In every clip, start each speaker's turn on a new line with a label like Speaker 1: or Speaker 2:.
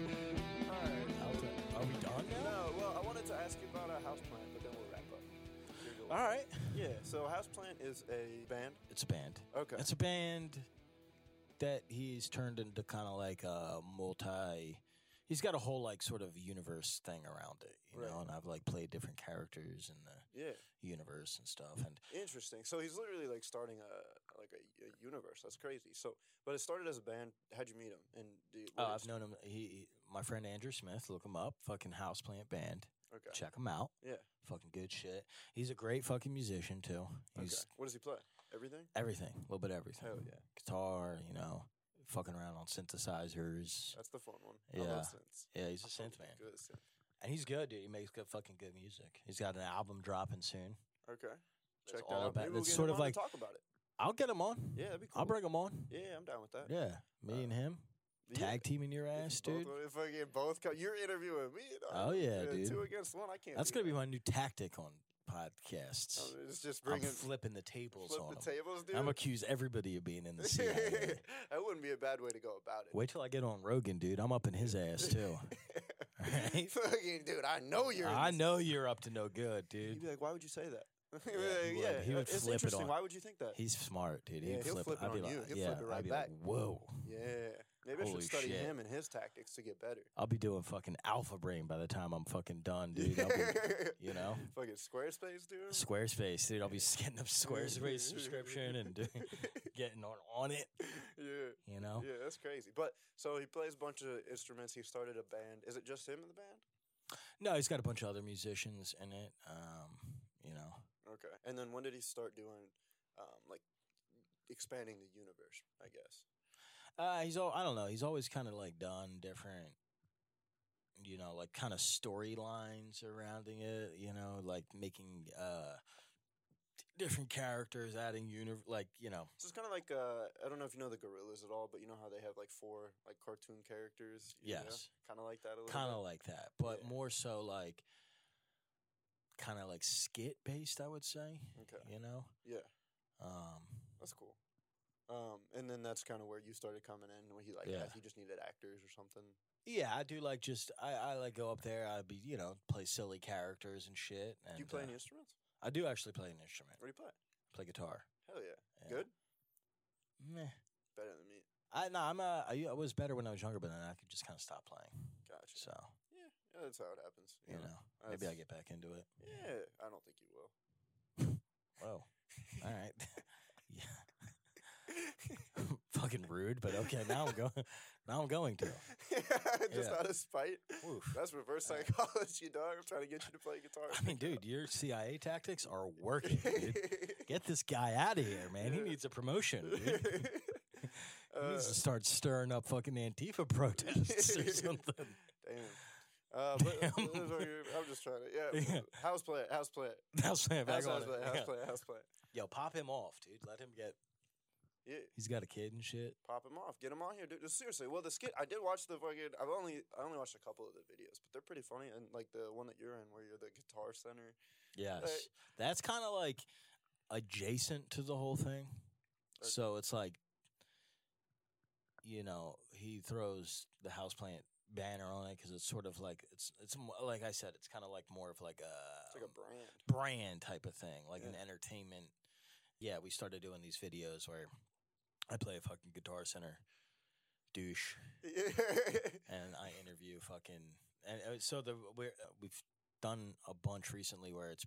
Speaker 1: I'll tell- Are we done now?
Speaker 2: No, well, I wanted to ask you about a houseplant, but then we'll wrap up. You're the
Speaker 1: All
Speaker 2: one.
Speaker 1: right.
Speaker 2: Yeah, so houseplant is a band.
Speaker 1: It's a band.
Speaker 2: Okay.
Speaker 1: It's a band that he's turned into kind of like a multi. He's got a whole like sort of universe thing around it, you know.
Speaker 2: Right.
Speaker 1: And I've like played different characters in the
Speaker 2: Yeah,
Speaker 1: universe and stuff. And
Speaker 2: interesting. So he's literally like starting a like a, a universe. That's crazy. So, but it started as a band. How'd you meet him? And do you,
Speaker 1: uh, I've
Speaker 2: what's-
Speaker 1: known him. He, he- my friend Andrew Smith. Look him up. Fucking houseplant band.
Speaker 2: okay,
Speaker 1: Check him out.
Speaker 2: yeah,
Speaker 1: Fucking good shit. He's a great fucking musician too.
Speaker 2: okay.
Speaker 1: He's
Speaker 2: What does he play? Everything?
Speaker 1: everything, a little bit of everything.
Speaker 2: Hell yeah,
Speaker 1: Guitar, you know, fucking around on synthesizers.
Speaker 2: that's the fun one. I
Speaker 1: Yeah.
Speaker 2: love synths.
Speaker 1: Yeah, he's a
Speaker 2: I love
Speaker 1: synth man.
Speaker 2: Good synth.
Speaker 1: And he's good, dude. He makes good fucking good music. He's got an album dropping soon.
Speaker 2: Okay,
Speaker 1: That's
Speaker 2: check that
Speaker 1: all
Speaker 2: out.
Speaker 1: about-
Speaker 2: Maybe we'll
Speaker 1: it's
Speaker 2: get
Speaker 1: sort
Speaker 2: him
Speaker 1: of
Speaker 2: on
Speaker 1: like-
Speaker 2: to talk about it.
Speaker 1: I'll get him on.
Speaker 2: Yeah, that'd be cool.
Speaker 1: I'll bring him on.
Speaker 2: Yeah, I'm down with that.
Speaker 1: Yeah. Me and him.
Speaker 2: Yeah.
Speaker 1: Tag teaming your
Speaker 2: If
Speaker 1: ass,
Speaker 2: both-
Speaker 1: dude.
Speaker 2: If I get both, co- you're interviewing me. dog.
Speaker 1: Oh, yeah, dude.
Speaker 2: Two against one. I can't.
Speaker 1: That's
Speaker 2: do
Speaker 1: gonna be
Speaker 2: that.
Speaker 1: my new tactic on podcasts.
Speaker 2: Um, It's just
Speaker 1: I'm
Speaker 2: bringing
Speaker 1: flipping the tables
Speaker 2: flip
Speaker 1: on
Speaker 2: the
Speaker 1: them.
Speaker 2: tables, dude.
Speaker 1: I'm gonna accuse everybody of being in the CIA.
Speaker 2: that wouldn't be a bad way to go about it.
Speaker 1: Wait till I get on Rogan, dude. I'm up in his ass too. Alright?
Speaker 2: Fucking dude, I know you're. in
Speaker 1: I
Speaker 2: this.
Speaker 1: know you're up to no good,
Speaker 2: He'd
Speaker 1: dude.
Speaker 2: be like, "Why would you say that?" yeah,
Speaker 1: he would- he would
Speaker 2: it's
Speaker 1: flip it
Speaker 2: interesting.
Speaker 1: on.
Speaker 2: Why would you think that?
Speaker 1: He's smart, dude.
Speaker 2: Yeah,
Speaker 1: He'd
Speaker 2: he'll
Speaker 1: flip,
Speaker 2: flip it
Speaker 1: I'd be
Speaker 2: on
Speaker 1: like,
Speaker 2: you. He'll
Speaker 1: yeah,
Speaker 2: flip it right
Speaker 1: I'd be
Speaker 2: back.
Speaker 1: like, whoa.
Speaker 2: yeah, maybe I
Speaker 1: Holy
Speaker 2: should study
Speaker 1: shit.
Speaker 2: him and his tactics to get better.
Speaker 1: I'll be doing fucking alpha brain by the time I'm fucking done, dude. I'll be, you know,
Speaker 2: Fucking Squarespace, dude.
Speaker 1: Squarespace, dude. I'll be getting a Squarespace subscription and doing, getting on on it.
Speaker 2: Yeah,
Speaker 1: You know,
Speaker 2: yeah, that's crazy. But so he plays a bunch of instruments. He started a band. Is it just him in the band?
Speaker 1: no, he's got a bunch of other musicians in it. Um, you know,
Speaker 2: Okay. And then when did he start doing, um, like, expanding the universe? I guess.
Speaker 1: uh, he's all I don't know. He's always kind of like done different, you know, like kind of storylines surrounding it. You know, like making uh different characters, adding univ like you know,
Speaker 2: So it's kind of like uh, I don't know if you know the Gorillas at all, but you know how they have like four like cartoon characters.
Speaker 1: Yes.
Speaker 2: Kind of like that. A little
Speaker 1: kind of
Speaker 2: bit?
Speaker 1: like that, but
Speaker 2: Yeah.
Speaker 1: more so like kind of like skit based, I would say.
Speaker 2: Okay.
Speaker 1: You know,
Speaker 2: Yeah,
Speaker 1: um,
Speaker 2: that's cool. Um, and then that's kind of where you started coming in when he like
Speaker 1: Yeah.
Speaker 2: yeah. he just needed actors or something.
Speaker 1: yeah, I do like just I, I like go up there. I'd be you know play silly characters and shit. And,
Speaker 2: do you play
Speaker 1: uh,
Speaker 2: any instruments?
Speaker 1: I do actually play an instrument.
Speaker 2: What do you play?
Speaker 1: Play guitar.
Speaker 2: Hell yeah,
Speaker 1: Yeah.
Speaker 2: good.
Speaker 1: Meh.
Speaker 2: Better than me.
Speaker 1: I no, I'm a, I, I was better when I was younger, but then I could just kind of stop playing.
Speaker 2: Gotcha.
Speaker 1: So
Speaker 2: yeah, yeah, that's how it happens.
Speaker 1: you know, maybe I
Speaker 2: that's-
Speaker 1: get back into it.
Speaker 2: Yeah, I don't think you will.
Speaker 1: Whoa. All right. yeah. Fucking rude, but okay. Now I'm going. Now I'm going to.
Speaker 2: just
Speaker 1: Yeah.
Speaker 2: out of spite.
Speaker 1: Oof.
Speaker 2: That's reverse
Speaker 1: Uh,
Speaker 2: psychology, dog. I'm trying to get you to play guitar.
Speaker 1: I mean, dude, your CIA tactics are working. Dude. Get this guy out of here, man. He
Speaker 2: Yeah.
Speaker 1: needs a promotion. Dude. He
Speaker 2: Uh,
Speaker 1: needs to start stirring up fucking Antifa protests or something.
Speaker 2: Damn. Uh, but
Speaker 1: Damn.
Speaker 2: I'm just trying to. Yeah.
Speaker 1: Yeah.
Speaker 2: House play it. House play it.
Speaker 1: House plant, back
Speaker 2: House,
Speaker 1: on
Speaker 2: house
Speaker 1: it.
Speaker 2: play it.
Speaker 1: Yeah.
Speaker 2: House play it. House play it.
Speaker 1: Yo, pop him off, dude. Let him get.
Speaker 2: Yeah.
Speaker 1: He's got a kid and shit.
Speaker 2: Pop him off. Get him on here, dude. Seriously. Well, the skit. I did watch the fucking. I've only. I only watched a couple of the videos, but they're pretty funny. And like the one that you're in, where you're the guitar center.
Speaker 1: Yes,
Speaker 2: Like-
Speaker 1: that's kind of like adjacent to the whole thing.
Speaker 2: Okay.
Speaker 1: So it's like, you know, he throws the houseplant banner on it because it's sort of like it's it's mo- like I said, it's kind of like more of like a,
Speaker 2: It's like a brand.
Speaker 1: brand type of thing, like an
Speaker 2: Yeah.
Speaker 1: entertainment. Yeah, we started doing these videos where I play a fucking guitar center douche and I interview fucking and uh, so the we're, uh, we've done a bunch recently where it's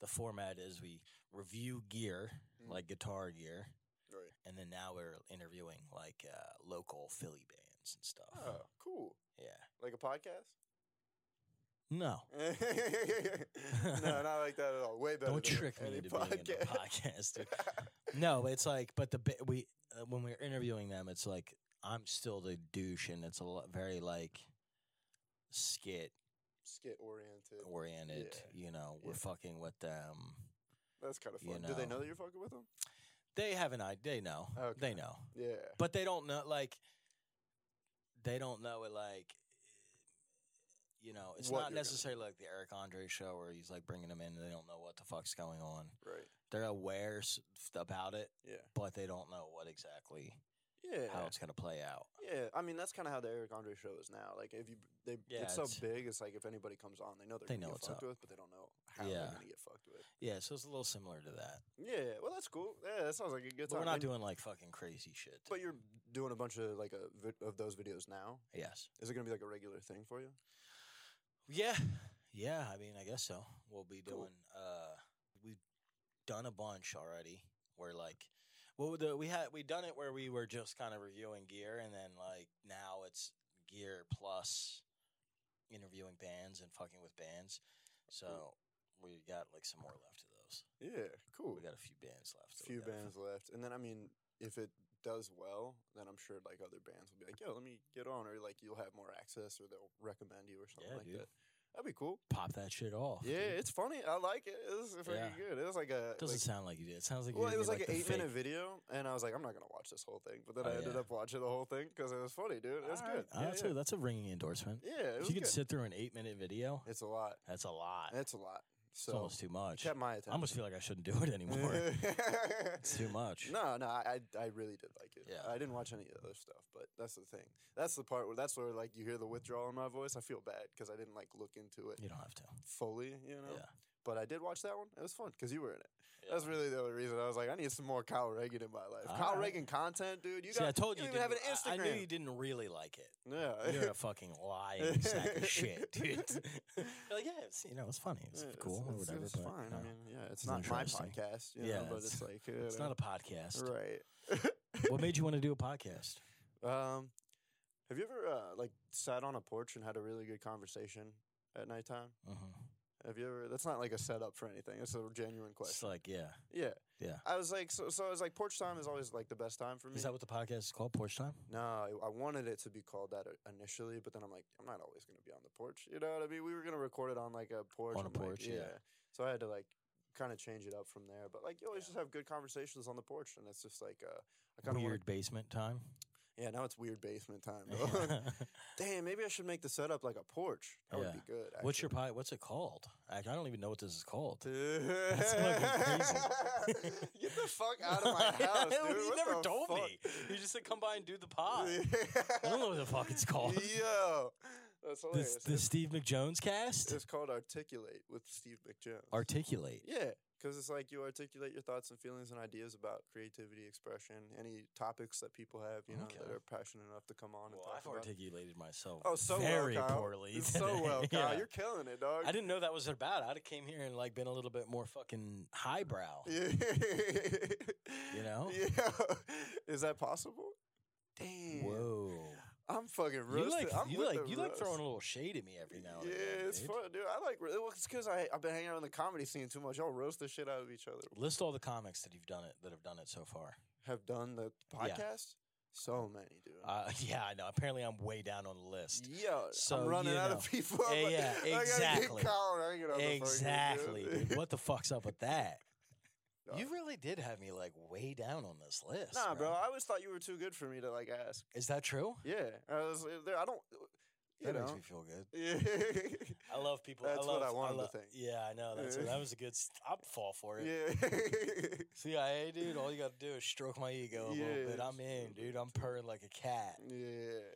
Speaker 1: the format is we review gear
Speaker 2: Mm.
Speaker 1: like guitar gear
Speaker 2: right.
Speaker 1: and then now we're interviewing like uh, local Philly bands and stuff.
Speaker 2: Oh, cool.
Speaker 1: Yeah.
Speaker 2: Like a podcast.
Speaker 1: No.
Speaker 2: no, not like that at all. Way better.
Speaker 1: Don't
Speaker 2: than
Speaker 1: trick me
Speaker 2: any
Speaker 1: into being in a podcast. dude. no, it's like but the bi- we uh, when we're interviewing them it's like I'm still the douche and it's a lo- very like skit
Speaker 2: Skit oriented.
Speaker 1: oriented,
Speaker 2: Yeah.
Speaker 1: you know, we're
Speaker 2: Yeah.
Speaker 1: fucking with them.
Speaker 2: That's kind of
Speaker 1: you
Speaker 2: fun. Do they
Speaker 1: know.
Speaker 2: know that you're fucking with them?
Speaker 1: They have an idea. They know.
Speaker 2: Okay.
Speaker 1: They know.
Speaker 2: Yeah.
Speaker 1: But they don't know. Like they don't know it. Like you know, it's
Speaker 2: What you're
Speaker 1: not
Speaker 2: gonna-
Speaker 1: necessarily like the Eric Andre show where he's like bringing them in. and They don't know what the fuck's going on.
Speaker 2: Right.
Speaker 1: They're aware s- about it,
Speaker 2: Yeah.
Speaker 1: but they don't know what exactly
Speaker 2: Yeah.
Speaker 1: how it's gonna play out.
Speaker 2: Yeah, I mean that's kind of how the Eric Andre show is now. Like if you they
Speaker 1: Yeah,
Speaker 2: it's so
Speaker 1: it's-
Speaker 2: big, it's like if anybody comes on, they know they're
Speaker 1: They know
Speaker 2: gonna get
Speaker 1: what's
Speaker 2: fucked
Speaker 1: up.
Speaker 2: with, but they don't know how
Speaker 1: Yeah.
Speaker 2: they're gonna get fucked with.
Speaker 1: Yeah, so it's a little similar to that.
Speaker 2: Yeah, well that's cool. Yeah, that sounds like a good
Speaker 1: But
Speaker 2: time.
Speaker 1: we're not
Speaker 2: And-
Speaker 1: doing like fucking crazy shit.
Speaker 2: But you're doing a bunch of like a vi- of those videos now.
Speaker 1: yes.
Speaker 2: Is it gonna be like a regular thing for you?
Speaker 1: Yeah. Yeah, I mean, I guess so. We'll be
Speaker 2: Cool.
Speaker 1: doing uh we've done a bunch already. Where like well the we had we done it where we were just kind of reviewing gear and then like now it's gear plus interviewing bands and fucking with bands. So we got like some more left of those.
Speaker 2: Yeah, cool.
Speaker 1: We got a few bands left. that we
Speaker 2: few
Speaker 1: gotta-
Speaker 2: bands left, and then I mean, if it does well, then I'm sure like other bands will be like, "Yo, let me get on," or like you'll have more access, or they'll recommend you or something
Speaker 1: Yeah,
Speaker 2: like
Speaker 1: dude.
Speaker 2: that. That'd be cool.
Speaker 1: Pop that shit off.
Speaker 2: Yeah,
Speaker 1: dude.
Speaker 2: it's funny. I like it. It was freaking
Speaker 1: Yeah.
Speaker 2: good. It was like a
Speaker 1: doesn't
Speaker 2: like-
Speaker 1: sound like you did. It sounds like you
Speaker 2: well,
Speaker 1: did
Speaker 2: it was
Speaker 1: like,
Speaker 2: like, an
Speaker 1: the
Speaker 2: eight
Speaker 1: fake-
Speaker 2: minute video, and I was like, I'm not gonna watch this whole thing, but then
Speaker 1: Oh,
Speaker 2: I ended
Speaker 1: yeah.
Speaker 2: up watching the whole thing because it was funny, dude. It was
Speaker 1: Alright.
Speaker 2: good.
Speaker 1: Oh,
Speaker 2: yeah,
Speaker 1: that's,
Speaker 2: yeah.
Speaker 1: A, that's a ringing endorsement.
Speaker 2: Yeah, it
Speaker 1: If
Speaker 2: was
Speaker 1: you could
Speaker 2: good.
Speaker 1: sit through an eight minute video,
Speaker 2: it's a lot.
Speaker 1: that's a lot.
Speaker 2: It's a lot.
Speaker 1: It's
Speaker 2: So
Speaker 1: almost too much.
Speaker 2: kept my
Speaker 1: I
Speaker 2: attention.
Speaker 1: almost feel like I shouldn't do it anymore. it's too much.
Speaker 2: No, no, I I I really did like it.
Speaker 1: Yeah.
Speaker 2: I didn't watch any other stuff, but that's the thing. That's the part where that's where like you hear the withdrawal in my voice. I feel bad because I didn't like look into it
Speaker 1: You don't have to.
Speaker 2: fully, you know.
Speaker 1: Yeah.
Speaker 2: But I did watch that one. It was fun because you were in it.
Speaker 1: Yeah.
Speaker 2: That's really the only reason I was like, I need some more Kyle Reagan in my life.
Speaker 1: All
Speaker 2: Kyle
Speaker 1: right.
Speaker 2: Reagan content, dude. You
Speaker 1: See,
Speaker 2: got.
Speaker 1: I told
Speaker 2: you
Speaker 1: you,
Speaker 2: don't even have an
Speaker 1: didn't-
Speaker 2: Instagram.
Speaker 1: I, I knew you didn't really like it.
Speaker 2: yeah.
Speaker 1: You're a fucking lying sack of shit, dude. You're like, yeah, it's, you know, it's funny. It's
Speaker 2: Yeah,
Speaker 1: cool or
Speaker 2: It's,
Speaker 1: whatever.
Speaker 2: it's
Speaker 1: but uh,
Speaker 2: fine.
Speaker 1: no.
Speaker 2: I mean, yeah, it's,
Speaker 1: It's
Speaker 2: not my
Speaker 1: interesting.
Speaker 2: podcast. You
Speaker 1: Yeah,
Speaker 2: know, but
Speaker 1: it's-
Speaker 2: it's, like you
Speaker 1: it's
Speaker 2: know,
Speaker 1: not a podcast.
Speaker 2: right.
Speaker 1: What made you want to do a podcast?
Speaker 2: Um, have you ever uh, like sat on a porch and had a really good conversation at nighttime?
Speaker 1: Mhm.
Speaker 2: Have you ever? That's not like a setup for anything. It's a genuine
Speaker 1: It's
Speaker 2: question.
Speaker 1: like, yeah.
Speaker 2: yeah,
Speaker 1: yeah.
Speaker 2: I was like, so, so I was like, porch time is always like the best time for me.
Speaker 1: Is that what the podcast is called? Porch Time?
Speaker 2: No, I- I wanted it to be called that i- initially, but then I'm like, I'm not always going to be on the porch. You know what I mean? We were going to record it on like a porch.
Speaker 1: On a
Speaker 2: I'm like,
Speaker 1: porch, yeah.
Speaker 2: So I had to like kind of change it up from there. But like, you always
Speaker 1: Yeah.
Speaker 2: just have good conversations on the porch, and it's just like, uh, I kind of
Speaker 1: Weird basement time.
Speaker 2: yeah. Now it's weird basement time. bro. Damn, maybe I should make the setup like a porch. That would
Speaker 1: Yeah.
Speaker 2: be good.
Speaker 1: What's your
Speaker 2: actually.
Speaker 1: pod? What's it called? I, I don't even know what this is called. fucking crazy.
Speaker 2: Get the fuck out of my house, dude.
Speaker 1: you
Speaker 2: What
Speaker 1: never
Speaker 2: the
Speaker 1: told
Speaker 2: fuck?
Speaker 1: me. You just said come by and do the pod. I don't know what the fuck it's called.
Speaker 2: Yo, that's
Speaker 1: The,
Speaker 2: hilarious.
Speaker 1: the Steve McJones cast?
Speaker 2: It's called Articulate with Steve McJones.
Speaker 1: Articulate.
Speaker 2: yeah, because it's like you articulate your thoughts and feelings and ideas about creativity, expression, any topics that people have, you know,
Speaker 1: Okay.
Speaker 2: that are passionate enough to come on and
Speaker 1: Well,
Speaker 2: talk
Speaker 1: I've
Speaker 2: about.
Speaker 1: articulated myself
Speaker 2: oh, so
Speaker 1: very
Speaker 2: well, Kyle.
Speaker 1: poorly.
Speaker 2: It's so well,
Speaker 1: today.
Speaker 2: Kyle.
Speaker 1: Yeah.
Speaker 2: You're killing it, dog.
Speaker 1: I didn't know that was about. I'd have came here and like been a little bit more fucking highbrow.
Speaker 2: Yeah.
Speaker 1: You know?
Speaker 2: Yeah. Is that possible? Damn.
Speaker 1: Whoa.
Speaker 2: I'm fucking roasted.
Speaker 1: You like
Speaker 2: I'm
Speaker 1: you
Speaker 2: with
Speaker 1: like
Speaker 2: the
Speaker 1: you like
Speaker 2: roast.
Speaker 1: throwing a little shade at me every now and
Speaker 2: yeah,
Speaker 1: then.
Speaker 2: it's
Speaker 1: dude.
Speaker 2: fun, dude. I like re- well, it's because I I've been hanging out in the comedy scene too much. Y'all roast the shit out of each other.
Speaker 1: List all the comics that you've done it that have done it so far.
Speaker 2: Have done the
Speaker 1: Yeah.
Speaker 2: podcast. So many, dude.
Speaker 1: Uh, yeah, I know. Apparently, I'm way down on the list.
Speaker 2: Yo,
Speaker 1: So,
Speaker 2: I'm running
Speaker 1: you
Speaker 2: out
Speaker 1: know.
Speaker 2: of people.
Speaker 1: Yeah,
Speaker 2: I'm
Speaker 1: yeah,
Speaker 2: like, I gotta
Speaker 1: exactly.
Speaker 2: keep Colin hanging on the phone, dude.
Speaker 1: Exactly. dude. What the fuck's up with that?
Speaker 2: Nah.
Speaker 1: You really did have me like way down on this list.
Speaker 2: Uh, Nah, bro. I always thought you were too good for me to like ask.
Speaker 1: Is that true?
Speaker 2: Yeah, I was uh, there. I don't. You
Speaker 1: that
Speaker 2: know.
Speaker 1: makes me feel good.
Speaker 2: Yeah.
Speaker 1: I love people.
Speaker 2: That's
Speaker 1: I love,
Speaker 2: what I wanted to
Speaker 1: love-
Speaker 2: think.
Speaker 1: Yeah, I know. That's
Speaker 2: Yeah.
Speaker 1: that was a good. St- I'd fall for it.
Speaker 2: Yeah.
Speaker 1: CIA, dude. All you got to do is stroke my ego a little bit.
Speaker 2: Yeah,
Speaker 1: I'm in, dude. I'm purring like a cat.
Speaker 2: yeah.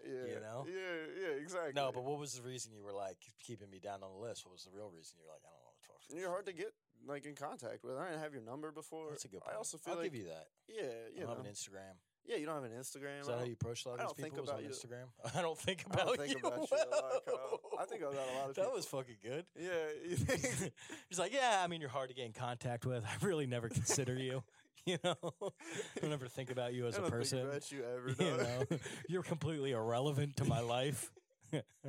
Speaker 2: Yeah.
Speaker 1: know?
Speaker 2: Yeah. Yeah. Exactly.
Speaker 1: No, but what was the reason you were like keeping me down on the list? What was the real reason you were like, I don't want to talk. to this
Speaker 2: you're hard to
Speaker 1: shit.
Speaker 2: get like in contact with. I didn't have your number before.
Speaker 1: That's a good. Point.
Speaker 2: I also feel
Speaker 1: I'll
Speaker 2: like
Speaker 1: give you that.
Speaker 2: yeah.
Speaker 1: You
Speaker 2: You
Speaker 1: don't
Speaker 2: know.
Speaker 1: have an Instagram.
Speaker 2: yeah. You don't have an Instagram.
Speaker 1: Is that
Speaker 2: I
Speaker 1: how
Speaker 2: don't-
Speaker 1: you approach a lot
Speaker 2: I
Speaker 1: of
Speaker 2: don't
Speaker 1: these
Speaker 2: think
Speaker 1: people? Is
Speaker 2: about
Speaker 1: on
Speaker 2: you.
Speaker 1: Instagram? I don't think
Speaker 2: I
Speaker 1: about
Speaker 2: don't think
Speaker 1: you.
Speaker 2: about you a lot, Kyle. I think about a lot of
Speaker 1: That
Speaker 2: people.
Speaker 1: was fucking good.
Speaker 2: Yeah. You think?
Speaker 1: He's like, yeah, I mean, you're hard to get in contact with. I really never consider you. You know, I don't ever think about you as
Speaker 2: I
Speaker 1: a
Speaker 2: don't
Speaker 1: person.
Speaker 2: Think about you ever.
Speaker 1: You
Speaker 2: dog.
Speaker 1: know, you're completely irrelevant to my life.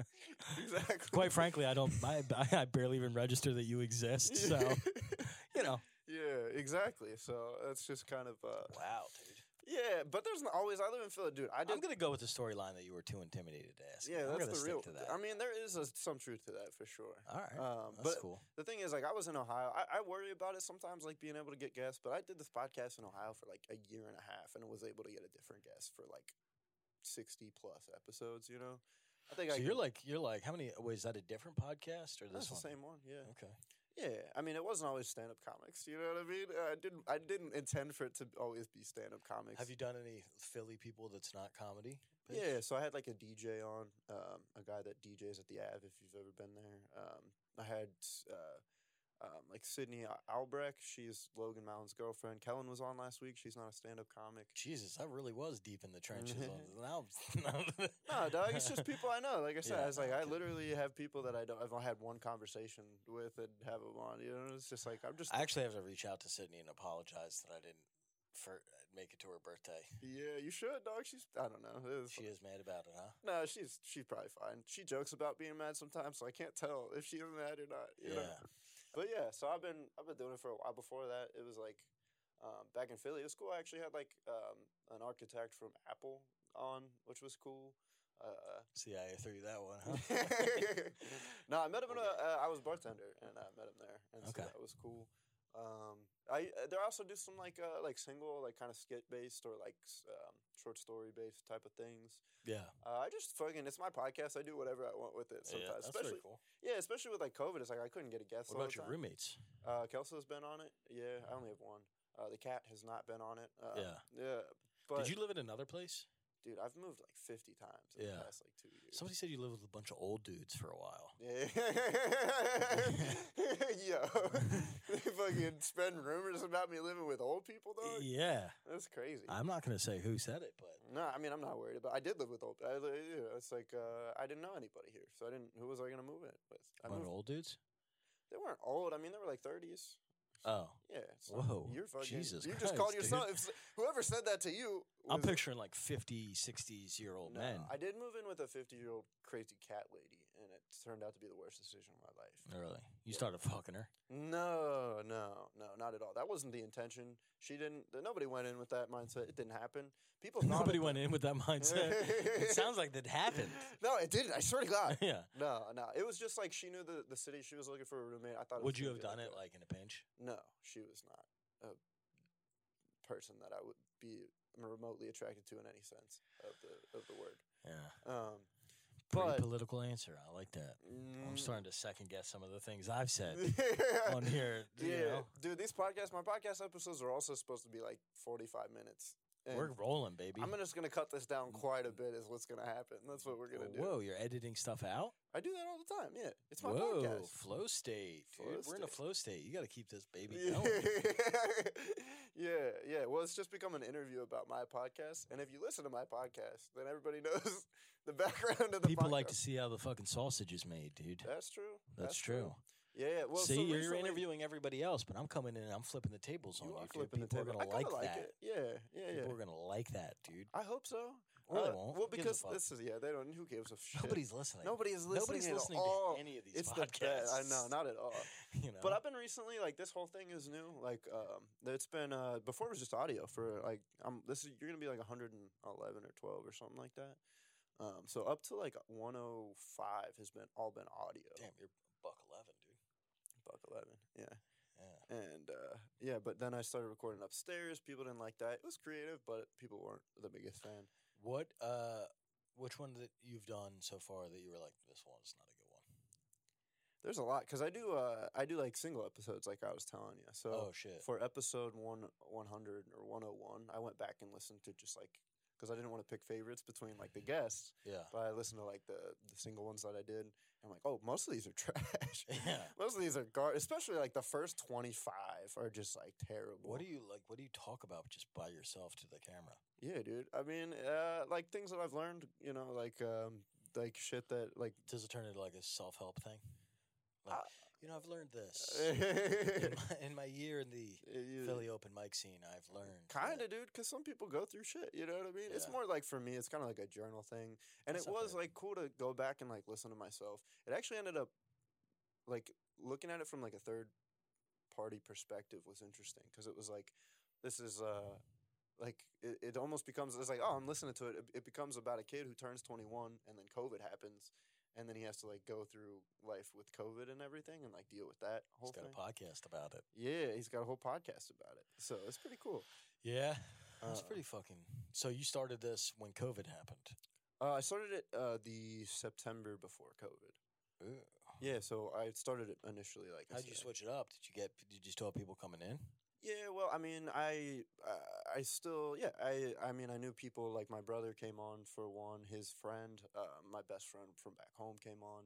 Speaker 2: exactly.
Speaker 1: Quite frankly, I don't. I, I barely even register that you exist. So you know.
Speaker 2: yeah. Exactly. So that's just kind of. uh
Speaker 1: Wow, dude.
Speaker 2: Yeah, but there's not always. I live in Philly, dude. I
Speaker 1: I'm
Speaker 2: did.
Speaker 1: gonna go with the storyline that you were too intimidated to ask.
Speaker 2: yeah,
Speaker 1: I'm
Speaker 2: that's
Speaker 1: gonna
Speaker 2: the
Speaker 1: stick
Speaker 2: real.
Speaker 1: to that.
Speaker 2: I mean, there is a, some truth to that for sure.
Speaker 1: All right,
Speaker 2: Um,
Speaker 1: that's
Speaker 2: but
Speaker 1: cool.
Speaker 2: the thing is, like, I was in Ohio. I, I worry about it sometimes, like being able to get gas. But I did this podcast in Ohio for like a year and a half, and was able to get a different guest for like sixty plus episodes. You know, I think
Speaker 1: So
Speaker 2: I
Speaker 1: you're
Speaker 2: can-
Speaker 1: like you're like how many? Was that a different podcast or
Speaker 2: that's
Speaker 1: this
Speaker 2: the
Speaker 1: one?
Speaker 2: same one. Yeah,
Speaker 1: Okay.
Speaker 2: yeah. I mean, it wasn't always stand up comics. You know what I mean? Uh, I didn't. I didn't intend for it to always be stand up comics.
Speaker 1: Have you done any Philly people that's not comedy? Pitch?
Speaker 2: Yeah, so I had like a DJ on, um, a guy that DJs at the Ave. If you've ever been there, um, I had uh, um, like Sydney Al- Albrecht. She's Logan Mallon's girlfriend. Kellen was on last week. She's not a stand-up comic.
Speaker 1: Jesus, I really was deep in the trenches. on- now, now-
Speaker 2: No, dog. Mm-hmm. It's just people I know. Like I said,
Speaker 1: Yeah,
Speaker 2: I was like,
Speaker 1: no
Speaker 2: I
Speaker 1: kidding.
Speaker 2: literally have people that I don't. I've had one conversation with and have them on. You know, it's just like I'm just.
Speaker 1: I actually have to reach out to Sydney and apologize that I didn't for make it to her birthday.
Speaker 2: yeah, you should, dog. She's. I don't know. It was-
Speaker 1: She is mad about it, huh?
Speaker 2: No, she's she's probably fine. She jokes about being mad sometimes, so I can't tell if she's mad or not. You know?
Speaker 1: Yeah.
Speaker 2: But yeah, so I've been I've been doing it for a while. Before that, it was like um, back in Philly. It was cool. I actually had like um, an architect from Apple on, which was cool. Uh,
Speaker 1: See, I threw you that one, huh?
Speaker 2: no, I met him. In a,
Speaker 1: Oh. Okay.
Speaker 2: uh, I was bartender, and I met him there, and
Speaker 1: Okay.
Speaker 2: so that was cool. Um, I uh, there also do some like uh, like single like kind of skit based or like s- um, short story based type of things.
Speaker 1: yeah.
Speaker 2: Uh, I just fucking it's my podcast. I do whatever I want with it.
Speaker 1: yeah,
Speaker 2: Sometimes,
Speaker 1: that's
Speaker 2: especially
Speaker 1: pretty cool.
Speaker 2: yeah, especially with like COVID, it's like I couldn't get a guest.
Speaker 1: What
Speaker 2: all
Speaker 1: about
Speaker 2: the
Speaker 1: your
Speaker 2: time.
Speaker 1: roommates?
Speaker 2: Uh, Kelso's been on it. Yeah, I only have one. Uh, the cat has not been on it. Uh,
Speaker 1: Mm. Yeah.
Speaker 2: yeah. But
Speaker 1: Did you live in another place?
Speaker 2: dude, I've moved like fifty times in
Speaker 1: Yeah.
Speaker 2: the past like two years.
Speaker 1: Somebody said you lived with a bunch of old dudes for a while.
Speaker 2: Yeah. Yo, they fucking spreading rumors about me living with old people, though.
Speaker 1: Yeah,
Speaker 2: That's crazy.
Speaker 1: I'm not gonna say who said it, but
Speaker 2: No, I mean I'm not worried about. I did live with old. I, li- you know, it's like uh, I didn't know anybody here, so I didn't. Who was I gonna move in with? I
Speaker 1: a bunch of
Speaker 2: moved-
Speaker 1: old dudes.
Speaker 2: They weren't old. I mean, they were like 30s.
Speaker 1: Oh,
Speaker 2: Yeah. It's
Speaker 1: Whoa,
Speaker 2: You're fucking.
Speaker 1: Jesus
Speaker 2: you just called
Speaker 1: Christ, dude.
Speaker 2: yourself. if s- Whoever said that to you.
Speaker 1: I'm
Speaker 2: was-
Speaker 1: picturing like 50, 60s year old
Speaker 2: No,
Speaker 1: men.
Speaker 2: I did move in with a 50 year old crazy cat lady, and it turned out to be the worst decision of my life.
Speaker 1: Really, you started fucking her.
Speaker 2: No, no, no, not at all. That wasn't the intention. She didn't. th- Nobody went in with that mindset. It didn't happen. People. thought
Speaker 1: Nobody
Speaker 2: it-
Speaker 1: went in with that mindset. it sounds like that happened.
Speaker 2: No, it didn't. I swear to God.
Speaker 1: yeah.
Speaker 2: No, no. It was just like she knew the, the city. She was looking for a roommate. I thought. it
Speaker 1: Would
Speaker 2: was
Speaker 1: you have
Speaker 2: gonna be
Speaker 1: done it
Speaker 2: that.
Speaker 1: like in a pinch?
Speaker 2: No, she was not a person that I would be remotely attracted to in any sense of the of the word.
Speaker 1: Yeah.
Speaker 2: Um,
Speaker 1: Pretty
Speaker 2: but
Speaker 1: political answer. I like that. Oh, I'm
Speaker 2: mm,
Speaker 1: starting to second guess some of the things I've said on here.
Speaker 2: yeah,
Speaker 1: You know,
Speaker 2: dude, these podcasts, my podcast episodes are also supposed to be like forty five minutes. and
Speaker 1: we're rolling, baby.
Speaker 2: I'm just gonna cut this down quite a bit. Is what's gonna happen. That's what we're gonna do.
Speaker 1: Whoa, you're editing stuff out.
Speaker 2: I do that all the time. Yeah, it's my
Speaker 1: Whoa,
Speaker 2: podcast.
Speaker 1: flow state, dude.
Speaker 2: Flow
Speaker 1: We're in a
Speaker 2: state.
Speaker 1: flow state. You got to keep this baby
Speaker 2: yeah,
Speaker 1: going.
Speaker 2: yeah, yeah. Well, it's just become an interview about my podcast, and if you listen to my podcast, then everybody knows the background of the
Speaker 1: People like to
Speaker 2: podcast.
Speaker 1: see how the fucking sausage is made, dude.
Speaker 2: That's true.
Speaker 1: That's, true.
Speaker 2: Yeah, yeah. Well,
Speaker 1: see,
Speaker 2: so
Speaker 1: you're
Speaker 2: recently-
Speaker 1: interviewing everybody else, but I'm coming in and I'm flipping the tables
Speaker 2: You
Speaker 1: on you,
Speaker 2: are
Speaker 1: dude.
Speaker 2: flipping the
Speaker 1: People are
Speaker 2: table.
Speaker 1: gonna
Speaker 2: I kinda
Speaker 1: like, that.
Speaker 2: it. Yeah, yeah,
Speaker 1: People
Speaker 2: yeah.
Speaker 1: are gonna like that, dude.
Speaker 2: I hope so.
Speaker 1: Or they
Speaker 2: Uh,
Speaker 1: won't.
Speaker 2: Well,
Speaker 1: Who gives a
Speaker 2: because
Speaker 1: fuck?
Speaker 2: this is yeah. They don't. Who gives a shit?
Speaker 1: Nobody's listening.
Speaker 2: Nobody is listening.
Speaker 1: Nobody's
Speaker 2: at
Speaker 1: listening
Speaker 2: all.
Speaker 1: to any of these
Speaker 2: It's the
Speaker 1: podcasts.
Speaker 2: best. I know, not at all.
Speaker 1: you know,
Speaker 2: But I've been recently like this whole thing is new. Like um, it's been uh, before it was just audio for like um, this is you're gonna be like 111 or 12 or something like that. Um, so up to like 105 has been all been audio.
Speaker 1: damn, you're buck eleven, dude.
Speaker 2: Buck 11, yeah.
Speaker 1: Yeah.
Speaker 2: And uh, yeah, but then I started recording upstairs. People didn't like that. It was creative, but people weren't the biggest fan.
Speaker 1: What? Uh, which one that you've done so far that you were like, this one's not a good one?
Speaker 2: There's a lot because I do uh, I do like single episodes, like I was telling you. So
Speaker 1: oh shit.
Speaker 2: for episode one, 100 or 101, I went back and listened to just like because I didn't want to pick favorites between like
Speaker 1: Mm-hmm.
Speaker 2: the guests,
Speaker 1: yeah.
Speaker 2: but I listened to like the the single ones that I did. I'm like, oh, most of these are trash.
Speaker 1: Yeah.
Speaker 2: most of these are gar, especially like the first 25 are just like terrible.
Speaker 1: What do you like? What do you talk about just by yourself to the camera?
Speaker 2: Yeah, dude. I mean, uh, like things that I've learned, you know, like um, like shit that like.
Speaker 1: Does it turn into like a self help thing? Like,
Speaker 2: Uh,
Speaker 1: you know, I've learned this in,
Speaker 2: kind
Speaker 1: my, in my year in the Philly open mic scene. I've learned
Speaker 2: of, dude, because some people go through shit. You know what I mean? It's
Speaker 1: Yeah.
Speaker 2: more like for me, it's kind of like a journal thing, and
Speaker 1: That's
Speaker 2: it
Speaker 1: not
Speaker 2: was
Speaker 1: bad.
Speaker 2: like cool to go back and like listen to myself. It actually ended up like looking at it from like a third party perspective was interesting because it was like this is uh like it, it almost becomes it's like oh i'm listening to it. it it becomes about a kid who turns 21 and then covid happens and then he has to like go through life with covid and everything and like deal with that whole
Speaker 1: He's got
Speaker 2: thing
Speaker 1: a podcast about it.
Speaker 2: yeah he's got a whole podcast about it so it's pretty cool
Speaker 1: Yeah, it's
Speaker 2: Uh,
Speaker 1: pretty fucking. So you started this when COVID happened.
Speaker 2: uh, i started it uh, the september before covid yeah so i started it initially like
Speaker 1: Oh.
Speaker 2: I
Speaker 1: How'd you
Speaker 2: said.
Speaker 1: switch it up? Did you get? Did you still have people coming in?
Speaker 2: Yeah, well, I mean, I uh, I still yeah, I I mean, I knew people like my brother came on for one, his friend, uh, my best friend from back home came on.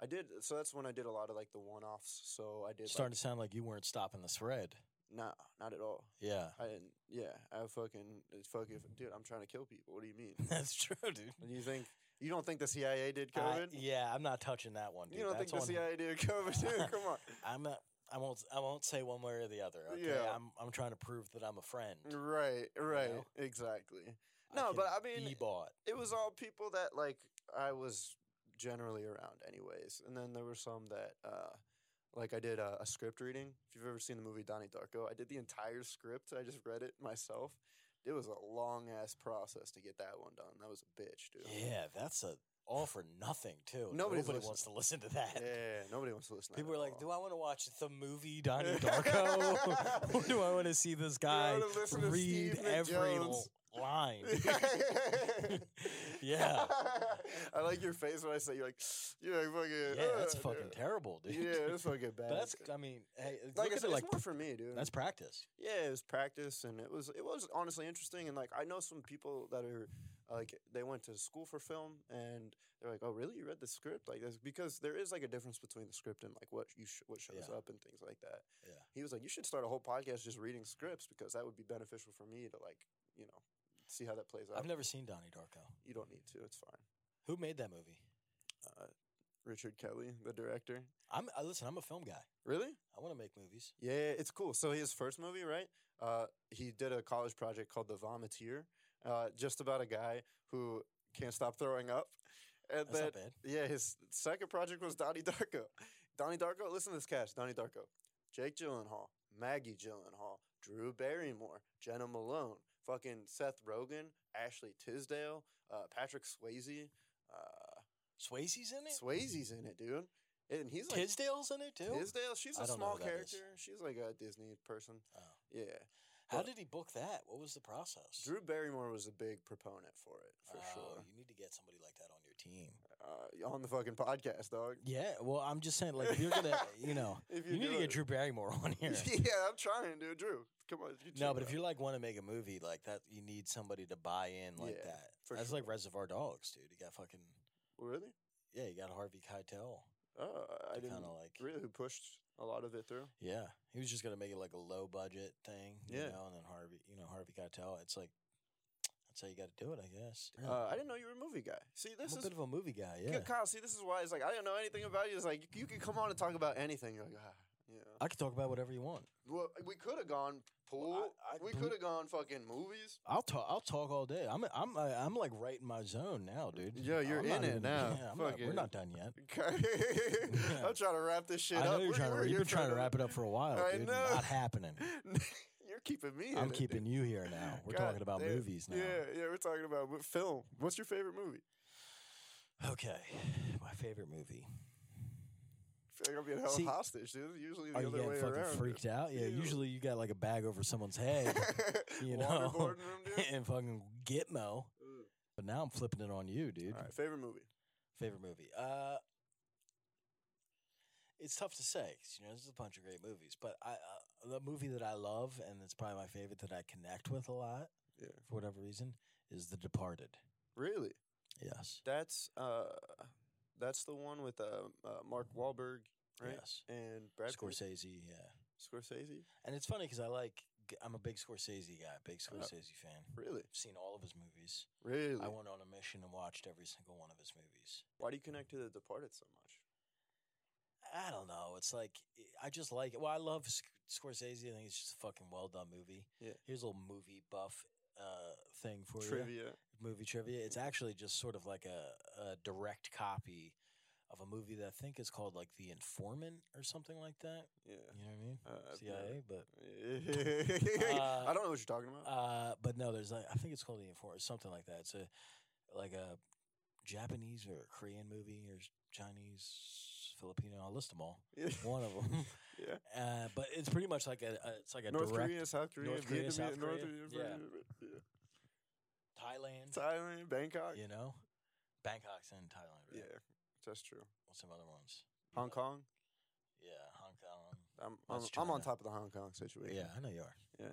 Speaker 2: I did so that's when I did a lot of like the one-offs. So I did like,
Speaker 1: Starting to sound like you weren't stopping the thread.
Speaker 2: nah, not at all.
Speaker 1: Yeah,
Speaker 2: I didn't. Yeah, I fucking it's fucking dude. I'm trying to kill people. What do you mean?
Speaker 1: that's true, dude.
Speaker 2: Do you think you don't think the CIA did
Speaker 1: I-
Speaker 2: COVID?
Speaker 1: yeah, I'm not touching that one. Dude.
Speaker 2: you don't
Speaker 1: That's
Speaker 2: think the
Speaker 1: on-
Speaker 2: CIA did COVID? Dude, come on.
Speaker 1: I'm not. I won't. I won't say one way or the other. Okay,
Speaker 2: Yeah.
Speaker 1: I'm. I'm trying to prove that I'm a friend.
Speaker 2: Right, right,
Speaker 1: know?
Speaker 2: exactly. No, but I mean-
Speaker 1: be bought.
Speaker 2: it was all people that like I was generally around anyways. And then there were some that uh like I did a, a script reading. If you've ever seen the movie Donnie Darko, I did the entire script. I just read it myself. It was a long ass process to get that one done. That was a bitch, dude.
Speaker 1: Yeah, that's a all for nothing too.
Speaker 2: Nobody's
Speaker 1: Nobody
Speaker 2: listening.
Speaker 1: wants to listen to that.
Speaker 2: Yeah, nobody wants to listen.
Speaker 1: People
Speaker 2: to
Speaker 1: are
Speaker 2: that
Speaker 1: like,
Speaker 2: at
Speaker 1: "Do I
Speaker 2: all.
Speaker 1: want to watch the movie Donnie Darko? or do I want to see this guy
Speaker 2: wanna listen to
Speaker 1: read
Speaker 2: Steve
Speaker 1: every
Speaker 2: Jones?"
Speaker 1: l- line?" Yeah.
Speaker 2: I like your face when I say you're like, you're like fucking.
Speaker 1: yeah, that's
Speaker 2: uh,
Speaker 1: fucking terrible, dude.
Speaker 2: Yeah, that's fucking bad.
Speaker 1: But that's. I mean, hey,
Speaker 2: like,
Speaker 1: look
Speaker 2: I
Speaker 1: at
Speaker 2: said,
Speaker 1: it like
Speaker 2: it's more for me, dude.
Speaker 1: that's practice.
Speaker 2: Yeah, it was practice, and it was it was honestly interesting. And like I know some people that are like they went to school for film, and they're like, "Oh, really? You read the script like this?" Because there is like a difference between the script and like what you sh- what shows
Speaker 1: Yeah.
Speaker 2: up and things like that.
Speaker 1: Yeah.
Speaker 2: He was like, "You should start a whole podcast just reading scripts because that would be beneficial for me to like you know see how that plays out."
Speaker 1: I've never seen Donnie Darko.
Speaker 2: you don't need to. It's fine.
Speaker 1: Who made that movie?
Speaker 2: Uh, Richard Kelly, the director.
Speaker 1: I'm. I, listen, I'm a film guy.
Speaker 2: Really?
Speaker 1: I want to make movies.
Speaker 2: Yeah, it's cool. So his first movie, right? Uh, he did a college project called The Vomiteer, uh, just about a guy who can't stop throwing up. And
Speaker 1: That's
Speaker 2: then,
Speaker 1: not bad.
Speaker 2: yeah, his second project was Donnie Darko. Donnie Darko, listen to this cast: Donnie Darko, Jake Gyllenhaal, Maggie Gyllenhaal, Drew Barrymore, Jenna Malone, fucking Seth Rogen, Ashley Tisdale, uh, Patrick Swayze. Uh,
Speaker 1: Swayze's in it.
Speaker 2: Swayze's in it, dude, and he's like
Speaker 1: Tisdale's in it too.
Speaker 2: Tisdale. She's
Speaker 1: I
Speaker 2: a
Speaker 1: don't know
Speaker 2: small
Speaker 1: who that is.
Speaker 2: character. She's like a Disney person.
Speaker 1: Oh.
Speaker 2: Yeah.
Speaker 1: How
Speaker 2: But-
Speaker 1: did he book that? What was the process?
Speaker 2: Drew Barrymore was a big proponent for it, for
Speaker 1: Oh,
Speaker 2: sure.
Speaker 1: You need to get somebody like that on your team.
Speaker 2: Uh, on the fucking podcast, dog.
Speaker 1: Yeah, well, I'm just saying, like, if you're gonna, you know,
Speaker 2: If
Speaker 1: you, need
Speaker 2: do
Speaker 1: to get
Speaker 2: it-
Speaker 1: Drew Barrymore on here.
Speaker 2: yeah, I'm trying, dude. Drew, come on. You
Speaker 1: No,
Speaker 2: chill
Speaker 1: but if
Speaker 2: out.
Speaker 1: you like want to make a movie like that, you need somebody to buy in like
Speaker 2: Yeah,
Speaker 1: that.
Speaker 2: for
Speaker 1: That's like Reservoir Dogs, dude. You got fucking
Speaker 2: really,
Speaker 1: yeah, you got Harvey Keitel.
Speaker 2: oh, I
Speaker 1: to
Speaker 2: didn't
Speaker 1: kind of like
Speaker 2: really who pushed a lot of it through.
Speaker 1: yeah, he was just gonna make it like a low budget thing, you
Speaker 2: Yeah.
Speaker 1: know, and then Harvey, you know, Harvey Keitel. It's like that's how you got to do it, I guess. Yeah.
Speaker 2: Uh, I didn't know you were a movie guy. See, this
Speaker 1: I'm a
Speaker 2: is
Speaker 1: bit of a movie guy,
Speaker 2: K-
Speaker 1: yeah.
Speaker 2: Kyle. See, this is why it's like I didn't know anything about you. It's like you, you can come on and talk about anything. You're like, ah, yeah.
Speaker 1: I could talk about whatever you want.
Speaker 2: Well, we could have gone pool.
Speaker 1: Well, I- I-
Speaker 2: we
Speaker 1: we-
Speaker 2: could have gone fucking movies.
Speaker 1: I'll talk. I'll talk all day. I'm. I'm. uh, I'm like right in my zone now, dude.
Speaker 2: Yo, you're
Speaker 1: I'm
Speaker 2: in
Speaker 1: not
Speaker 2: it
Speaker 1: even-
Speaker 2: now.
Speaker 1: Yeah, I'm not-
Speaker 2: Fuck
Speaker 1: we're
Speaker 2: it.
Speaker 1: not done yet.
Speaker 2: Okay. I'm trying to wrap this shit
Speaker 1: I
Speaker 2: up.
Speaker 1: know you're
Speaker 2: We're-
Speaker 1: trying
Speaker 2: we're-
Speaker 1: to. You've been trying to wrap it up for a while,
Speaker 2: I
Speaker 1: dude.
Speaker 2: know.
Speaker 1: Not happening.
Speaker 2: you're keeping me. in
Speaker 1: I'm
Speaker 2: it,
Speaker 1: keeping
Speaker 2: dude.
Speaker 1: you here now. We're
Speaker 2: God
Speaker 1: talking about
Speaker 2: damn.
Speaker 1: movies now.
Speaker 2: Yeah, yeah, we're talking about mo- film. What's your favorite movie?
Speaker 1: Okay, my favorite movie.
Speaker 2: I feel like I'm being held
Speaker 1: See-
Speaker 2: hostage, dude. Usually the
Speaker 1: Are you
Speaker 2: other
Speaker 1: getting
Speaker 2: way
Speaker 1: fucking
Speaker 2: around.
Speaker 1: freaked out? Yeah.
Speaker 2: Ew.
Speaker 1: Usually you got like a bag over someone's head you know.
Speaker 2: Waterboarding them, dude.
Speaker 1: and fucking Gitmo,
Speaker 2: Ugh.
Speaker 1: but now I'm flipping it on you, dude.
Speaker 2: All right, favorite movie.
Speaker 1: Favorite movie? Uh, it's tough to say. 'cause, you know, there's a bunch of great movies, but I uh, the movie that I love and it's probably my favorite that I connect with a lot
Speaker 2: Yeah.
Speaker 1: for whatever reason is The Departed.
Speaker 2: Really?
Speaker 1: Yes.
Speaker 2: That's uh, that's the one with uh, uh Mark Wahlberg, right?
Speaker 1: Yes.
Speaker 2: And Brad Pitt?
Speaker 1: Scorsese. Yeah.
Speaker 2: Scorsese.
Speaker 1: And it's funny because I like g- I'm a big Scorsese guy, big Scorsese fan.
Speaker 2: Really?
Speaker 1: I've seen all of his movies.
Speaker 2: Really?
Speaker 1: I went on a mission and watched every single one of his movies.
Speaker 2: Why do you connect to The Departed so much?
Speaker 1: I don't know. It's like I just like it. Well, I love Sc- Scorsese. I think it's just a fucking well done movie.
Speaker 2: Yeah.
Speaker 1: Here's a little movie buff uh, thing for you.
Speaker 2: Trivia.
Speaker 1: Movie trivia. It's actually just sort of like a, a direct copy of a movie that I think is called like The Informant or something like that.
Speaker 2: Yeah.
Speaker 1: You know what I mean?
Speaker 2: Uh, I've
Speaker 1: CIA, but
Speaker 2: never-
Speaker 1: Uh,
Speaker 2: I don't know what you're talking about.
Speaker 1: uh, but no, there's like I think it's called The Informant, something like that. It's a like a Japanese or Korean movie or Chinese, Filipino. I'll list them all.
Speaker 2: yeah.
Speaker 1: One of them,
Speaker 2: yeah.
Speaker 1: uh, but it's pretty much like a, a it's like a
Speaker 2: North
Speaker 1: direct
Speaker 2: Korea, South Korea,
Speaker 1: North Korea,
Speaker 2: Vietnam,
Speaker 1: South
Speaker 2: North
Speaker 1: Korea,
Speaker 2: Korea,
Speaker 1: Thailand,
Speaker 2: Thailand, Bangkok. Yeah.
Speaker 1: you know, Bangkok's in Thailand. Right?
Speaker 2: that's true.
Speaker 1: What's some other ones?
Speaker 2: Hong Kong.
Speaker 1: Yeah, Hong Kong.
Speaker 2: I'm I'm,
Speaker 1: That's
Speaker 2: I'm on
Speaker 1: China.
Speaker 2: top of the Hong Kong situation.
Speaker 1: Yeah, I know you are.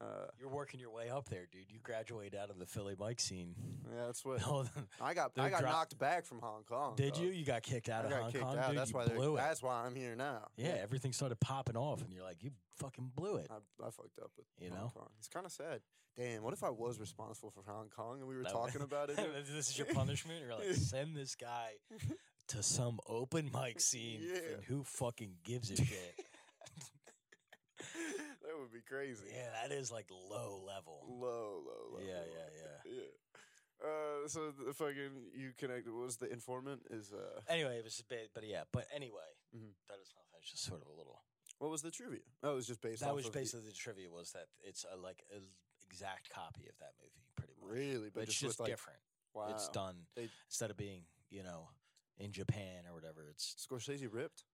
Speaker 2: Uh,
Speaker 1: You're working your way up there, dude. You graduate out of the Philly Mike scene.
Speaker 2: yeah, that's what
Speaker 1: No, th-
Speaker 2: I got.
Speaker 1: They're
Speaker 2: I got
Speaker 1: drop-
Speaker 2: knocked back from Hong Kong.
Speaker 1: Did
Speaker 2: dog.
Speaker 1: you? You got kicked out
Speaker 2: I
Speaker 1: of
Speaker 2: got
Speaker 1: Hong
Speaker 2: kicked
Speaker 1: Kong,
Speaker 2: out.
Speaker 1: dude.
Speaker 2: that's
Speaker 1: you
Speaker 2: why.
Speaker 1: blew
Speaker 2: they're-
Speaker 1: it.
Speaker 2: That's why I'm here now.
Speaker 1: yeah, everything started popping off, and you're like, you fucking blew it.
Speaker 2: I, I fucked up with
Speaker 1: You
Speaker 2: Hong
Speaker 1: know?
Speaker 2: Kong. It's kind of sad. Damn, what if I was responsible for Hong Kong and we were
Speaker 1: That
Speaker 2: talking
Speaker 1: way-
Speaker 2: about it?
Speaker 1: this is your punishment. You're like, send this guy to some open mic scene,
Speaker 2: Yeah.
Speaker 1: and who fucking gives a shit?
Speaker 2: that would be crazy.
Speaker 1: yeah, that is like low level.
Speaker 2: Low, low, low.
Speaker 1: Yeah,
Speaker 2: low.
Speaker 1: yeah, yeah.
Speaker 2: yeah. Uh, so the fucking you connect. What was the informant? Is uh,
Speaker 1: Anyway, it was a bit, but yeah, but anyway,
Speaker 2: Mhm.
Speaker 1: that is not. That's just sort of a little.
Speaker 2: what was the trivia? Oh, it was just based.
Speaker 1: that
Speaker 2: off
Speaker 1: was
Speaker 2: of the-
Speaker 1: basically the trivia was that it's a, like an exact copy of that movie, pretty much.
Speaker 2: really, but
Speaker 1: But it's
Speaker 2: just, with,
Speaker 1: just
Speaker 2: like,
Speaker 1: different.
Speaker 2: Wow.
Speaker 1: It's done
Speaker 2: They-
Speaker 1: instead of being you know in Japan or whatever. It's
Speaker 2: Scorsese ripped.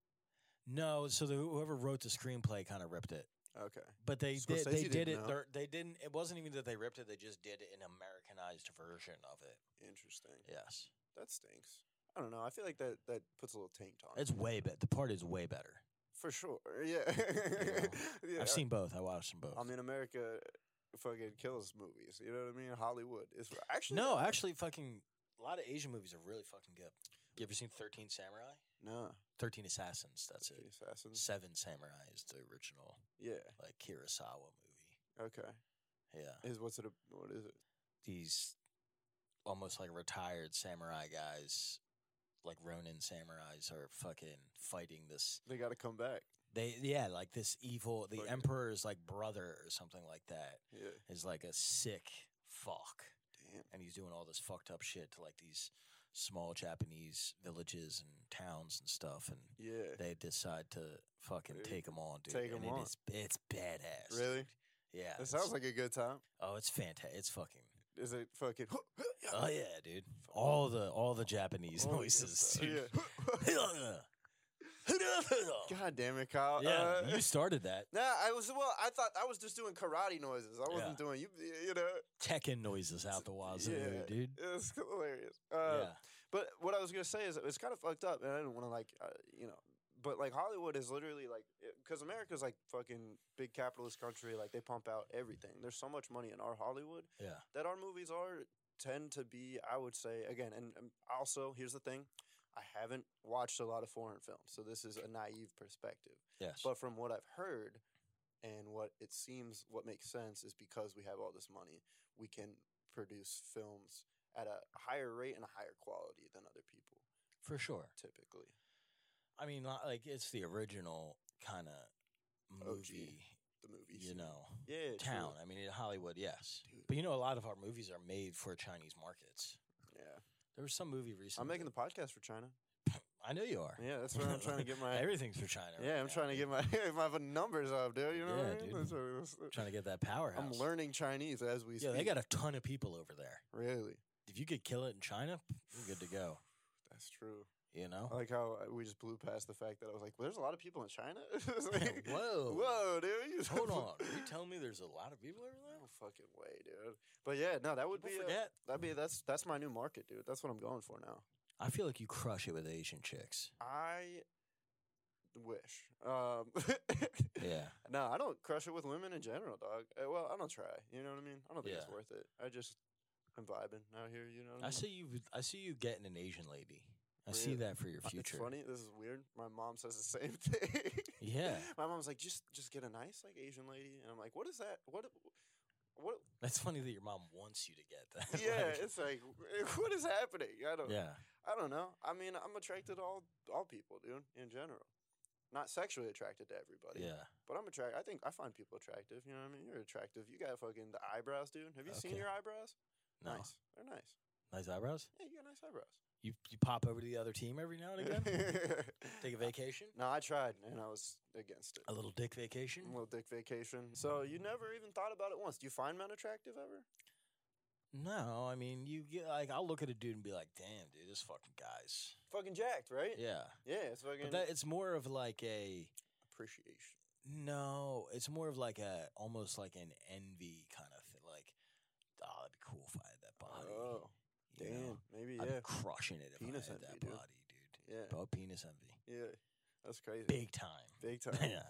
Speaker 1: no. So the, whoever wrote the screenplay kind of ripped it,
Speaker 2: Okay.
Speaker 1: but they did.
Speaker 2: Scorsese
Speaker 1: They did
Speaker 2: didn't
Speaker 1: it.
Speaker 2: know.
Speaker 1: they're- They didn't. It wasn't even that they ripped it. They just did an Americanized version of it.
Speaker 2: Interesting.
Speaker 1: Yes,
Speaker 2: That stinks. I don't know. I feel like that that puts a little taint on.
Speaker 1: it's
Speaker 2: it.
Speaker 1: way better. The part is way better.
Speaker 2: for sure. Yeah. yeah.
Speaker 1: I've seen both. I watched them both.
Speaker 2: I mean, America fucking kills movies. You know what I mean? Hollywood. It's actually
Speaker 1: no, actually, fucking a lot of Asian movies are really fucking good. You ever seen Thirteen Samurai?
Speaker 2: no.
Speaker 1: Thirteen Assassins. That's it.
Speaker 2: The Assassins.
Speaker 1: Seven Samurai is the original
Speaker 2: Yeah.
Speaker 1: like Kurosawa movie.
Speaker 2: Okay.
Speaker 1: Yeah,
Speaker 2: Is what's it? a- What is it?
Speaker 1: these almost like retired samurai guys, like Ronin samurais, are fucking fighting this.
Speaker 2: They got to come back.
Speaker 1: They yeah, like this evil. The
Speaker 2: Fucking-
Speaker 1: emperor's like brother or something like that
Speaker 2: Yeah.
Speaker 1: is like a sick fuck,
Speaker 2: Damn.
Speaker 1: and he's doing all this fucked up shit to like these small Japanese villages and towns and stuff, and
Speaker 2: Yeah.
Speaker 1: they decide to fucking
Speaker 2: Dude,
Speaker 1: take them on, dude.
Speaker 2: take
Speaker 1: and
Speaker 2: 'em on.
Speaker 1: It is, it's badass.
Speaker 2: Really?
Speaker 1: Yeah.
Speaker 2: It
Speaker 1: it's-
Speaker 2: sounds like a good time.
Speaker 1: oh, it's fantastic. It's fucking.
Speaker 2: Is it fucking?
Speaker 1: Oh yeah, dude. All the all the Japanese
Speaker 2: Oh, yes,
Speaker 1: noises.
Speaker 2: uh,
Speaker 1: dude.
Speaker 2: yeah.
Speaker 1: Yeah,
Speaker 2: God damn it, Kyle. Uh,
Speaker 1: you started that
Speaker 2: Nah, I was well. I thought I was just doing karate noises. I wasn't
Speaker 1: Yeah.
Speaker 2: doing you. You know,
Speaker 1: Tekken noises out the wazoo,
Speaker 2: yeah,
Speaker 1: dude.
Speaker 2: it's hilarious. Uh,
Speaker 1: Yeah,
Speaker 2: But what I was gonna say is it's kind of fucked up, and I didn't want to like, uh, you know. But like Hollywood is literally like, because America's like fucking big capitalist country. Like they pump out everything. There's so much money in our Hollywood
Speaker 1: yeah.
Speaker 2: that our movies are tend to be. I would say again, and um, also here's the thing. I haven't watched a lot of foreign films, so this is a naive perspective.
Speaker 1: Yes.
Speaker 2: But from what I've heard and what it seems what makes sense is because we have all this money, we can produce films at a higher rate and a higher quality than other people
Speaker 1: for sure.
Speaker 2: typically.
Speaker 1: I mean, li- like it's the original kind of movie,
Speaker 2: The movies.
Speaker 1: you know,
Speaker 2: Yeah. true.
Speaker 1: town. I mean, in Hollywood, yes.
Speaker 2: Dude.
Speaker 1: But you know, a lot of our movies are made for Chinese markets.
Speaker 2: Yeah.
Speaker 1: There was some movie recently.
Speaker 2: I'm making the
Speaker 1: that-
Speaker 2: podcast for China.
Speaker 1: I know you are.
Speaker 2: Yeah, that's where I'm trying to get my
Speaker 1: Everything's for China.
Speaker 2: Yeah,
Speaker 1: right
Speaker 2: I'm
Speaker 1: now,
Speaker 2: trying to
Speaker 1: dude.
Speaker 2: get my my numbers up, dude. You know what I
Speaker 1: Yeah,
Speaker 2: mean?
Speaker 1: dude.
Speaker 2: That's what it was-
Speaker 1: trying to get that powerhouse.
Speaker 2: I'm learning Chinese as we
Speaker 1: Yeah,
Speaker 2: speak.
Speaker 1: they got a ton of people over there.
Speaker 2: really.
Speaker 1: if you could kill it in China, you're good to go.
Speaker 2: That's true.
Speaker 1: You
Speaker 2: I
Speaker 1: know?
Speaker 2: like how I- we just blew past the fact that I was like, well, "There's a lot of people in China." It's like,
Speaker 1: Whoa.
Speaker 2: whoa, dude! you-
Speaker 1: Hold on. Are you telling me there's a lot of people over there?
Speaker 2: no fucking way, dude. But yeah, no, that would
Speaker 1: People
Speaker 2: be uh
Speaker 1: forget.
Speaker 2: that'd be that's that's my new market, dude. That's what I'm going for now.
Speaker 1: I feel like you crush it with Asian chicks.
Speaker 2: I wish. Um,
Speaker 1: Yeah.
Speaker 2: No, I don't crush it with women in general, dog. Uh, Well, I don't try. You know what I mean? I don't think it's
Speaker 1: Yeah.
Speaker 2: worth it. I just I'm vibing out here. You know what I mean?
Speaker 1: I see you I see you getting an Asian lady. I see
Speaker 2: Really?
Speaker 1: that for your
Speaker 2: Uh,
Speaker 1: future.
Speaker 2: It's funny. This is weird. My mom says the same thing.
Speaker 1: Yeah.
Speaker 2: My mom's like, just just get a nice like Asian lady, and I'm like, what is that? What? What?
Speaker 1: That's funny that your mom wants you to get that.
Speaker 2: Yeah.
Speaker 1: Like,
Speaker 2: it's like, what is happening? I don't.
Speaker 1: yeah.
Speaker 2: I don't know. I mean, I'm attracted to all all people, dude, in general. Not sexually attracted to everybody.
Speaker 1: Yeah.
Speaker 2: But I'm attracted. I think I find people attractive. You know what I mean? You're attractive. You got fucking the eyebrows, dude. Have you seen
Speaker 1: Okay.
Speaker 2: your eyebrows?
Speaker 1: No.
Speaker 2: Nice. They're nice.
Speaker 1: Nice eyebrows?
Speaker 2: Yeah, you got nice eyebrows.
Speaker 1: You you pop over to the other team every now and again. Take a vacation.
Speaker 2: no, I tried and I was against it.
Speaker 1: A little dick vacation.
Speaker 2: little dick vacation. So you never even thought about it once. Do you find men attractive ever?
Speaker 1: No, I mean you get like I'll look at a dude and be like, "Damn, dude, this fucking guy's."
Speaker 2: Fucking jacked, right?
Speaker 1: Yeah,
Speaker 2: Yeah, it's fucking
Speaker 1: but that it's more of like a
Speaker 2: appreciation.
Speaker 1: no, it's more of like a almost like an envy kind of thing. Like, oh, it'd be cool if I had that body.
Speaker 2: Oh,
Speaker 1: you
Speaker 2: damn.
Speaker 1: know?
Speaker 2: Maybe
Speaker 1: I'd
Speaker 2: yeah.
Speaker 1: be crushing it if
Speaker 2: Penis
Speaker 1: I had
Speaker 2: envy,
Speaker 1: that
Speaker 2: dude.
Speaker 1: body, dude.
Speaker 2: Yeah.
Speaker 1: Oh, penis envy,
Speaker 2: Yeah. That's crazy.
Speaker 1: big time.
Speaker 2: Big time.
Speaker 1: yeah,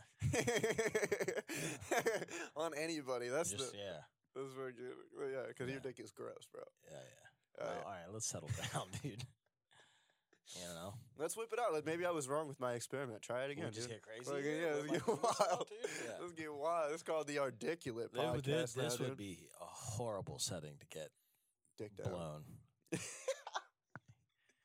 Speaker 2: On anybody. That's
Speaker 1: just
Speaker 2: the
Speaker 1: yeah,
Speaker 2: that's where you well, yeah, because
Speaker 1: Yeah. Oh.
Speaker 2: your dick is gross, bro.
Speaker 1: yeah, yeah.
Speaker 2: All
Speaker 1: Well,
Speaker 2: right.
Speaker 1: all right, let's settle down, dude. You know,
Speaker 2: Let's whip it out. Like, maybe I was wrong with my experiment. Try it
Speaker 1: we
Speaker 2: again.
Speaker 1: just
Speaker 2: dude.
Speaker 1: get crazy.
Speaker 2: Like,
Speaker 1: here
Speaker 2: yeah,
Speaker 1: with
Speaker 2: let's
Speaker 1: my
Speaker 2: get
Speaker 1: penis out,
Speaker 2: wild.
Speaker 1: dude? Yeah.
Speaker 2: Let's get wild. It's called the articulate
Speaker 1: They would-
Speaker 2: podcast.
Speaker 1: This,
Speaker 2: now,
Speaker 1: this
Speaker 2: dude.
Speaker 1: would be a horrible setting to get
Speaker 2: dick down.
Speaker 1: blown.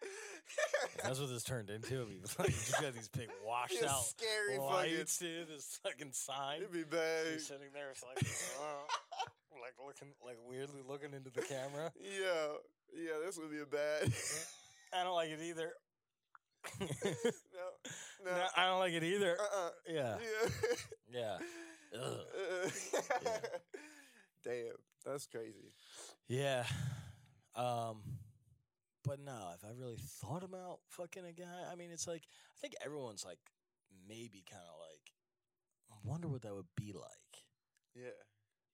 Speaker 1: If That's what this turned into. It'd be like you just got these big washed
Speaker 2: Yeah,
Speaker 1: out
Speaker 2: scary fucking.
Speaker 1: lights, dude. This fucking sign.
Speaker 2: It'd be
Speaker 1: You're
Speaker 2: bad.
Speaker 1: sitting there, it's like, uh, like looking, like weirdly looking into the camera.
Speaker 2: Yeah, yeah, this would be a bad.
Speaker 1: I don't like it either.
Speaker 2: no, no,
Speaker 1: No, I don't like it either.
Speaker 2: uh, uh
Speaker 1: Yeah,
Speaker 2: yeah.
Speaker 1: yeah, Ugh.
Speaker 2: Uh, Damn, that's crazy.
Speaker 1: yeah. Um, but no, if I really thought about fucking a guy, I mean, it's like I think everyone's like maybe kind of like, I wonder what that would be like.
Speaker 2: Yeah,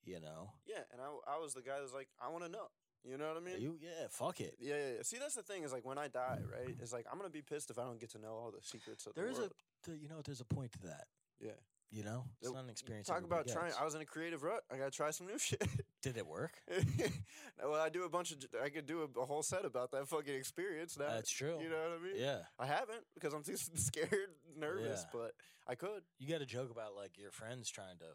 Speaker 1: You know,
Speaker 2: yeah, and I, w- I was the guy that's like, I want to know. You know what I mean?
Speaker 1: you yeah, fuck it.
Speaker 2: yeah, yeah, yeah. See, that's the thing is like when I die, right? It's like I'm gonna be pissed if I don't get to know all the secrets of
Speaker 1: There
Speaker 2: the
Speaker 1: is a,
Speaker 2: world.
Speaker 1: th- you know, there's a point to that.
Speaker 2: Yeah.
Speaker 1: You know, it's
Speaker 2: Uh,
Speaker 1: not an experience.
Speaker 2: Talk
Speaker 1: everybody
Speaker 2: about trying.
Speaker 1: gets.
Speaker 2: I was in a creative rut. I gotta try some new shit.
Speaker 1: Did it work?
Speaker 2: well, I do a bunch of. j- I could do a, a whole set about that fucking experience. Now
Speaker 1: That's true.
Speaker 2: Uh, You know what I mean?
Speaker 1: Yeah.
Speaker 2: I haven't because I'm too s- scared, nervous.
Speaker 1: Yeah.
Speaker 2: But I could.
Speaker 1: You got to joke about like your friends trying to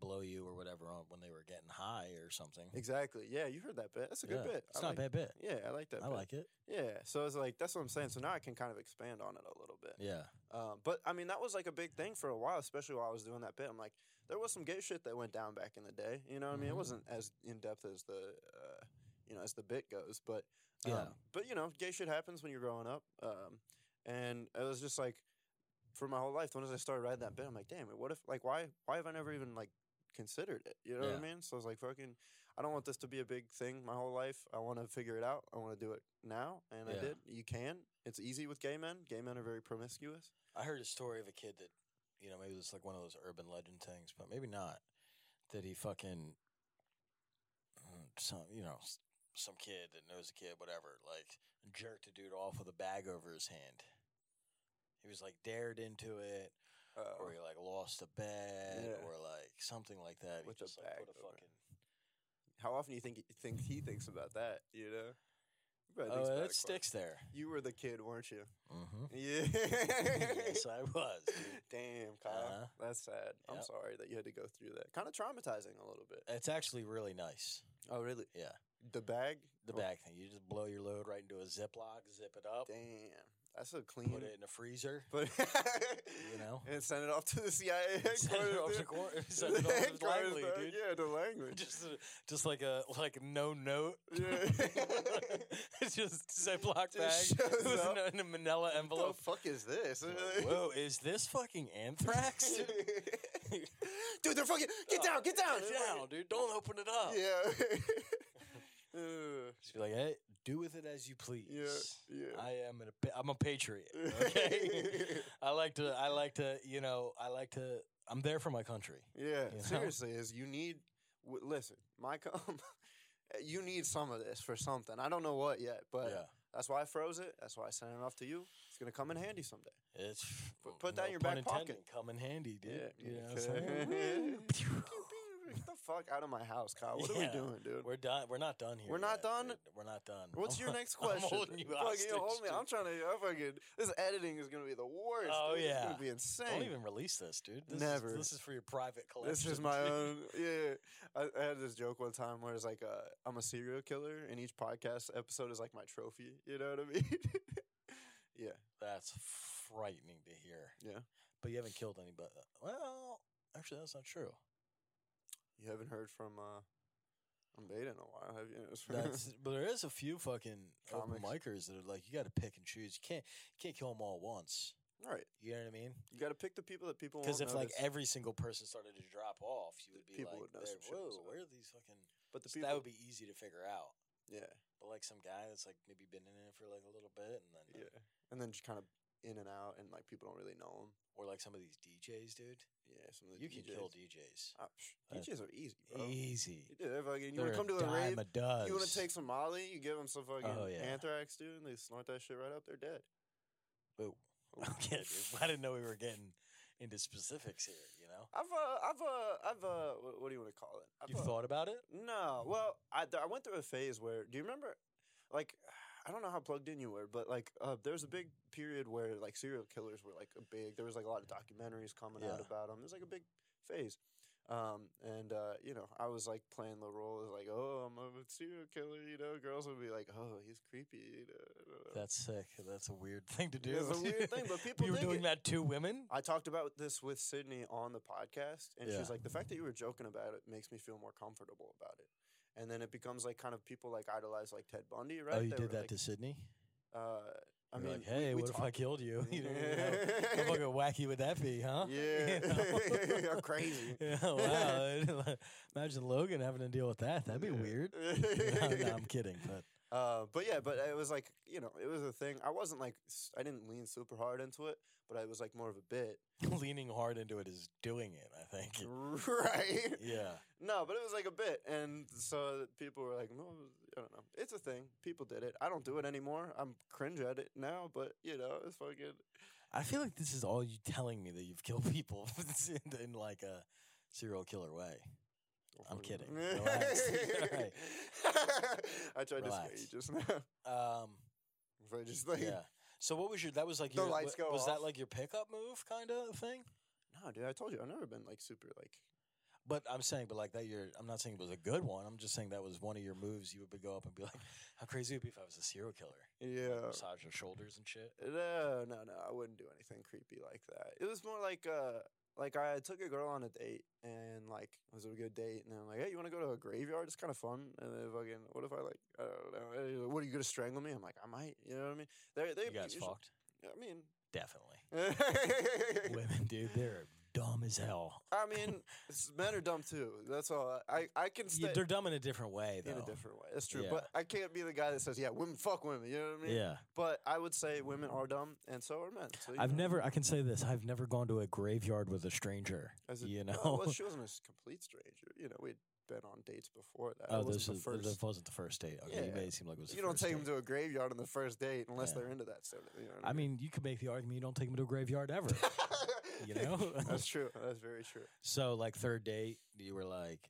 Speaker 1: blow you or whatever on when they were getting high or something.
Speaker 2: Exactly. Yeah, you heard that bit. That's a good
Speaker 1: Yeah.
Speaker 2: bit.
Speaker 1: It's
Speaker 2: I
Speaker 1: not
Speaker 2: like-
Speaker 1: a bad bit.
Speaker 2: Yeah, I like that.
Speaker 1: I
Speaker 2: bit.
Speaker 1: like it.
Speaker 2: Yeah, so it's like that's what I'm saying. So now I can kind of expand on it a little bit.
Speaker 1: Yeah.
Speaker 2: Um, but I mean, that was like a big thing for a while, especially while I was doing that bit. I'm like, there was some gay shit that went down back in the day. You know what I mean? It
Speaker 1: Mhm.
Speaker 2: wasn't as in depth as the, uh, you know, as the bit goes. But um,
Speaker 1: Yeah.
Speaker 2: but you know, gay shit happens when you're growing up. Um, and it was just like, for my whole life, as soon as I started writing that bit, I'm like, damn it, what if like why why have I never even like considered it? You know what I mean? So I was like, fucking, I don't want this to be a big thing my whole life. I want to figure it out. I want to do it now, and
Speaker 1: Yeah.
Speaker 2: I did. You can. It's easy with gay men. Gay men are very promiscuous.
Speaker 1: I heard a story of a kid that, you know, maybe it's like one of those urban legend things, but maybe not. That he fucking, mm, some you know, s- some kid that knows a kid, whatever, like jerked a dude off with a bag over his hand. He was like dared into it,
Speaker 2: Uh,
Speaker 1: or he like lost a bet,
Speaker 2: Yeah.
Speaker 1: or like something like that.
Speaker 2: With
Speaker 1: he
Speaker 2: a
Speaker 1: just like, put
Speaker 2: bag
Speaker 1: a
Speaker 2: over
Speaker 1: fucking.
Speaker 2: how often do you think you think he thinks about that? You know, He probably thinks
Speaker 1: Oh,
Speaker 2: about
Speaker 1: that
Speaker 2: quite-
Speaker 1: sticks there.
Speaker 2: You were the kid, weren't you?
Speaker 1: Mm-hmm.
Speaker 2: Yeah.
Speaker 1: yes, I was. dude.
Speaker 2: Damn, Kyle,
Speaker 1: Uh-huh.
Speaker 2: that's sad. I'm
Speaker 1: Yep.
Speaker 2: sorry that you had to go through that. Kind of traumatizing a little bit.
Speaker 1: It's actually really nice.
Speaker 2: Oh, really?
Speaker 1: Yeah.
Speaker 2: The bag.
Speaker 1: The
Speaker 2: Oh,
Speaker 1: bag thing. You just blow your load right into a Ziploc, zip it up,
Speaker 2: Damn, that's a clean.
Speaker 1: put it in a freezer.
Speaker 2: But
Speaker 1: You know?
Speaker 2: and send it off to the CIA.
Speaker 1: Send it off
Speaker 2: headquarters,
Speaker 1: to
Speaker 2: dude.
Speaker 1: court. Send it off to
Speaker 2: Headquarters,
Speaker 1: Langley,
Speaker 2: uh,
Speaker 1: dude.
Speaker 2: Yeah, to Langley.
Speaker 1: Just, a, just like a like no note.
Speaker 2: Yeah.
Speaker 1: It's just Ziploc
Speaker 2: Just
Speaker 1: bag
Speaker 2: shows
Speaker 1: with
Speaker 2: up.
Speaker 1: no- in a Manila
Speaker 2: what
Speaker 1: envelope.
Speaker 2: the fuck is this?
Speaker 1: Whoa, is this fucking anthrax?
Speaker 2: dude, they're fucking get down, get down,
Speaker 1: Oh, Get down, dude. Don't open it up.
Speaker 2: Yeah. Ugh.
Speaker 1: Just be like, hey, do with it as you please.
Speaker 2: yeah. Yeah.
Speaker 1: I am an, pa- I'm a patriot. Okay, I like to. I like to. You know, I like to. I'm there for my country.
Speaker 2: Yeah,
Speaker 1: You know?
Speaker 2: seriously, is you need w- listen, my com, you need some of this for something. I don't know what yet, but that's why I froze it. That's why I sent it off to you. It's gonna come in handy someday.
Speaker 1: yeah, it's
Speaker 2: Put- put that in your
Speaker 1: pun
Speaker 2: back pocket.
Speaker 1: intended, Come in handy, dude.
Speaker 2: Yeah,
Speaker 1: You know what
Speaker 2: okay.
Speaker 1: I'm saying?
Speaker 2: Get the fuck out of my house, Kyle. What are
Speaker 1: Yeah.
Speaker 2: we doing, dude?
Speaker 1: We're done. We're not done here.
Speaker 2: We're not
Speaker 1: yet,
Speaker 2: done?
Speaker 1: dude. We're not done.
Speaker 2: What's
Speaker 1: I'm-
Speaker 2: your next
Speaker 1: I'm
Speaker 2: question?
Speaker 1: holding you
Speaker 2: Fuck,
Speaker 1: hostage,
Speaker 2: hold me. I'm
Speaker 1: dude.
Speaker 2: trying to. I fucking. This editing is gonna be the worst.
Speaker 1: Oh,
Speaker 2: dude. it's
Speaker 1: yeah.
Speaker 2: gonna be insane.
Speaker 1: Don't even release this, dude. This
Speaker 2: Never.
Speaker 1: Is, this is for your private collection.
Speaker 2: This is my
Speaker 1: dude.
Speaker 2: own. Yeah, yeah. I, I had this joke one time where it's like, uh, I'm a serial killer, and each podcast episode is like my trophy. You know what I mean? yeah.
Speaker 1: That's frightening to hear.
Speaker 2: Yeah.
Speaker 1: But you haven't killed anybody. Well, actually, that's not true.
Speaker 2: You haven't heard from uh, from Beta in a while. Have you?
Speaker 1: That's but there is a few fucking open
Speaker 2: Comics.
Speaker 1: micers that are like you got to pick and choose. You can't you can't kill them all at once.
Speaker 2: all right.
Speaker 1: You know what I mean?
Speaker 2: You got to pick the people that people.
Speaker 1: Because if
Speaker 2: won't
Speaker 1: like
Speaker 2: notice,
Speaker 1: every single person started to drop off, you would be
Speaker 2: People
Speaker 1: like,
Speaker 2: would know
Speaker 1: "There-
Speaker 2: some shit was
Speaker 1: "Whoa,
Speaker 2: up."
Speaker 1: where are these fucking?"
Speaker 2: but the
Speaker 1: so
Speaker 2: people
Speaker 1: that would be easy to figure out.
Speaker 2: yeah,
Speaker 1: But like some guy that's like maybe been in it for like a little bit, and then
Speaker 2: yeah, and then just kind of in and out, and like people don't really know them.
Speaker 1: or like some of these DJs, dude,
Speaker 2: Yeah, some of the
Speaker 1: you
Speaker 2: DJs.
Speaker 1: can kill DJs
Speaker 2: Ah, psh,
Speaker 1: Uh,
Speaker 2: DJs are easy, bro.
Speaker 1: easy.
Speaker 2: You, do that fucking, you
Speaker 1: They're a
Speaker 2: want to come to the
Speaker 1: dime
Speaker 2: rave?
Speaker 1: a dozen.
Speaker 2: You want to take some Molly? You give them some fucking
Speaker 1: Oh, yeah.
Speaker 2: anthrax, dude, and they snort that shit right up. They're dead. Oh,
Speaker 1: Boo. Okay, dude, I didn't know we were getting into specifics here. You know,
Speaker 2: I've uh, I've uh, I've uh, what, what do you want to call it?
Speaker 1: you
Speaker 2: I've, uh,
Speaker 1: thought about it?
Speaker 2: No, well, I th- I went through a phase where do you remember, like, I don't know how plugged in you were, but like, uh, there was a big period where like serial killers were like a big. There was like a lot of documentaries coming out
Speaker 1: Yeah.
Speaker 2: about them. It was like a big phase. Um, and uh, you know, I was like playing the role of like, oh, I'm a serial killer. You know, girls would be like, oh, he's creepy. You know, I don't know.
Speaker 1: That's sick. That's a weird thing to do.
Speaker 2: It was a weird thing, but people
Speaker 1: you were
Speaker 2: dig
Speaker 1: doing
Speaker 2: it.
Speaker 1: that to women.
Speaker 2: I talked about this with Sydney on the podcast, and she
Speaker 1: Yeah.
Speaker 2: was like, "The fact that you were joking about it makes me feel more comfortable about it." And then it becomes like kind of people like idolize like Ted Bundy, right?
Speaker 1: oh, you
Speaker 2: They
Speaker 1: did
Speaker 2: were
Speaker 1: that
Speaker 2: like,
Speaker 1: to Sydney.
Speaker 2: Uh, I
Speaker 1: You're
Speaker 2: mean,
Speaker 1: like, hey,
Speaker 2: we
Speaker 1: what if I
Speaker 2: talked-
Speaker 1: killed you? you know, you know, how
Speaker 2: yeah,
Speaker 1: fucking wacky would that be, huh?
Speaker 2: Yeah.
Speaker 1: You know?
Speaker 2: How crazy.
Speaker 1: yeah, wow. Imagine Logan having to deal with that. That'd be weird. no, no, I'm kidding, but
Speaker 2: Uh, but yeah, but it was like you know, it was a thing. I wasn't like s- I didn't lean super hard into it, but I was like more of a bit,
Speaker 1: leaning hard into it is doing it. I think.
Speaker 2: right?
Speaker 1: Yeah.
Speaker 2: No, but it was like a bit, and so people were like, "No, I don't know. It's a thing. People did it. I don't do it anymore. I'm cringe at it now, but you know, it's fucking."
Speaker 1: I feel like this is all you telling me that you've killed people in, in like a serial killer way. I'm kidding. Relax. Right.
Speaker 2: I tried to scare you
Speaker 1: Relax.
Speaker 2: just now.
Speaker 1: Um.
Speaker 2: If I just like,
Speaker 1: yeah. So what was your? That was like
Speaker 2: The
Speaker 1: your.
Speaker 2: lights
Speaker 1: wa-
Speaker 2: go
Speaker 1: was that
Speaker 2: off.
Speaker 1: like your pickup move kind of thing?
Speaker 2: no, dude. I told you, I've never been like super like.
Speaker 1: But I'm saying, but like that, your. I'm not saying it was a good one. I'm just saying that was one of your moves. You would be- go up and be like, "How crazy it would be if I was a serial killer?"
Speaker 2: Yeah.
Speaker 1: Massage your shoulders and shit.
Speaker 2: No, no, no. I wouldn't do anything creepy like that. It was more like uh like I took a girl on a date and like it was a good date and I'm like, hey, you want to go to a graveyard? It's kind of fun. And then fucking, what if I like, I don't know, eh, what are you gonna strangle me? I'm like, I might. You know what I mean? They they
Speaker 1: You guys
Speaker 2: usually-
Speaker 1: fucked?
Speaker 2: I mean,
Speaker 1: Definitely. Women, dude, they're dumb as hell.
Speaker 2: I mean, s- men are dumb too. That's all. I I can
Speaker 1: Yeah,
Speaker 2: stay
Speaker 1: they're dumb in a different way, though.
Speaker 2: in a different way. That's true.
Speaker 1: Yeah.
Speaker 2: But I can't be the guy that says, yeah, women fuck women. You know what I mean?
Speaker 1: yeah,
Speaker 2: But I would say women are dumb and so are men. So, you
Speaker 1: I've
Speaker 2: know.
Speaker 1: never. I can say this. I've never gone to a graveyard with a stranger.
Speaker 2: As a,
Speaker 1: you know.
Speaker 2: well, well, she wasn't a s- complete stranger. You know, we'd been on dates before that.
Speaker 1: oh,
Speaker 2: it
Speaker 1: this
Speaker 2: wasn't the
Speaker 1: is,
Speaker 2: first.
Speaker 1: this wasn't the first date. Okay, you
Speaker 2: Yeah.
Speaker 1: made it seem like it was. the
Speaker 2: you don't
Speaker 1: first
Speaker 2: take
Speaker 1: date.
Speaker 2: them to a graveyard on the first date unless
Speaker 1: Yeah.
Speaker 2: they're into that sort of. You know what
Speaker 1: I mean, you could make the argument you don't take them to a graveyard ever. you know?
Speaker 2: that's true. That's very true.
Speaker 1: so, like, third date, you were like,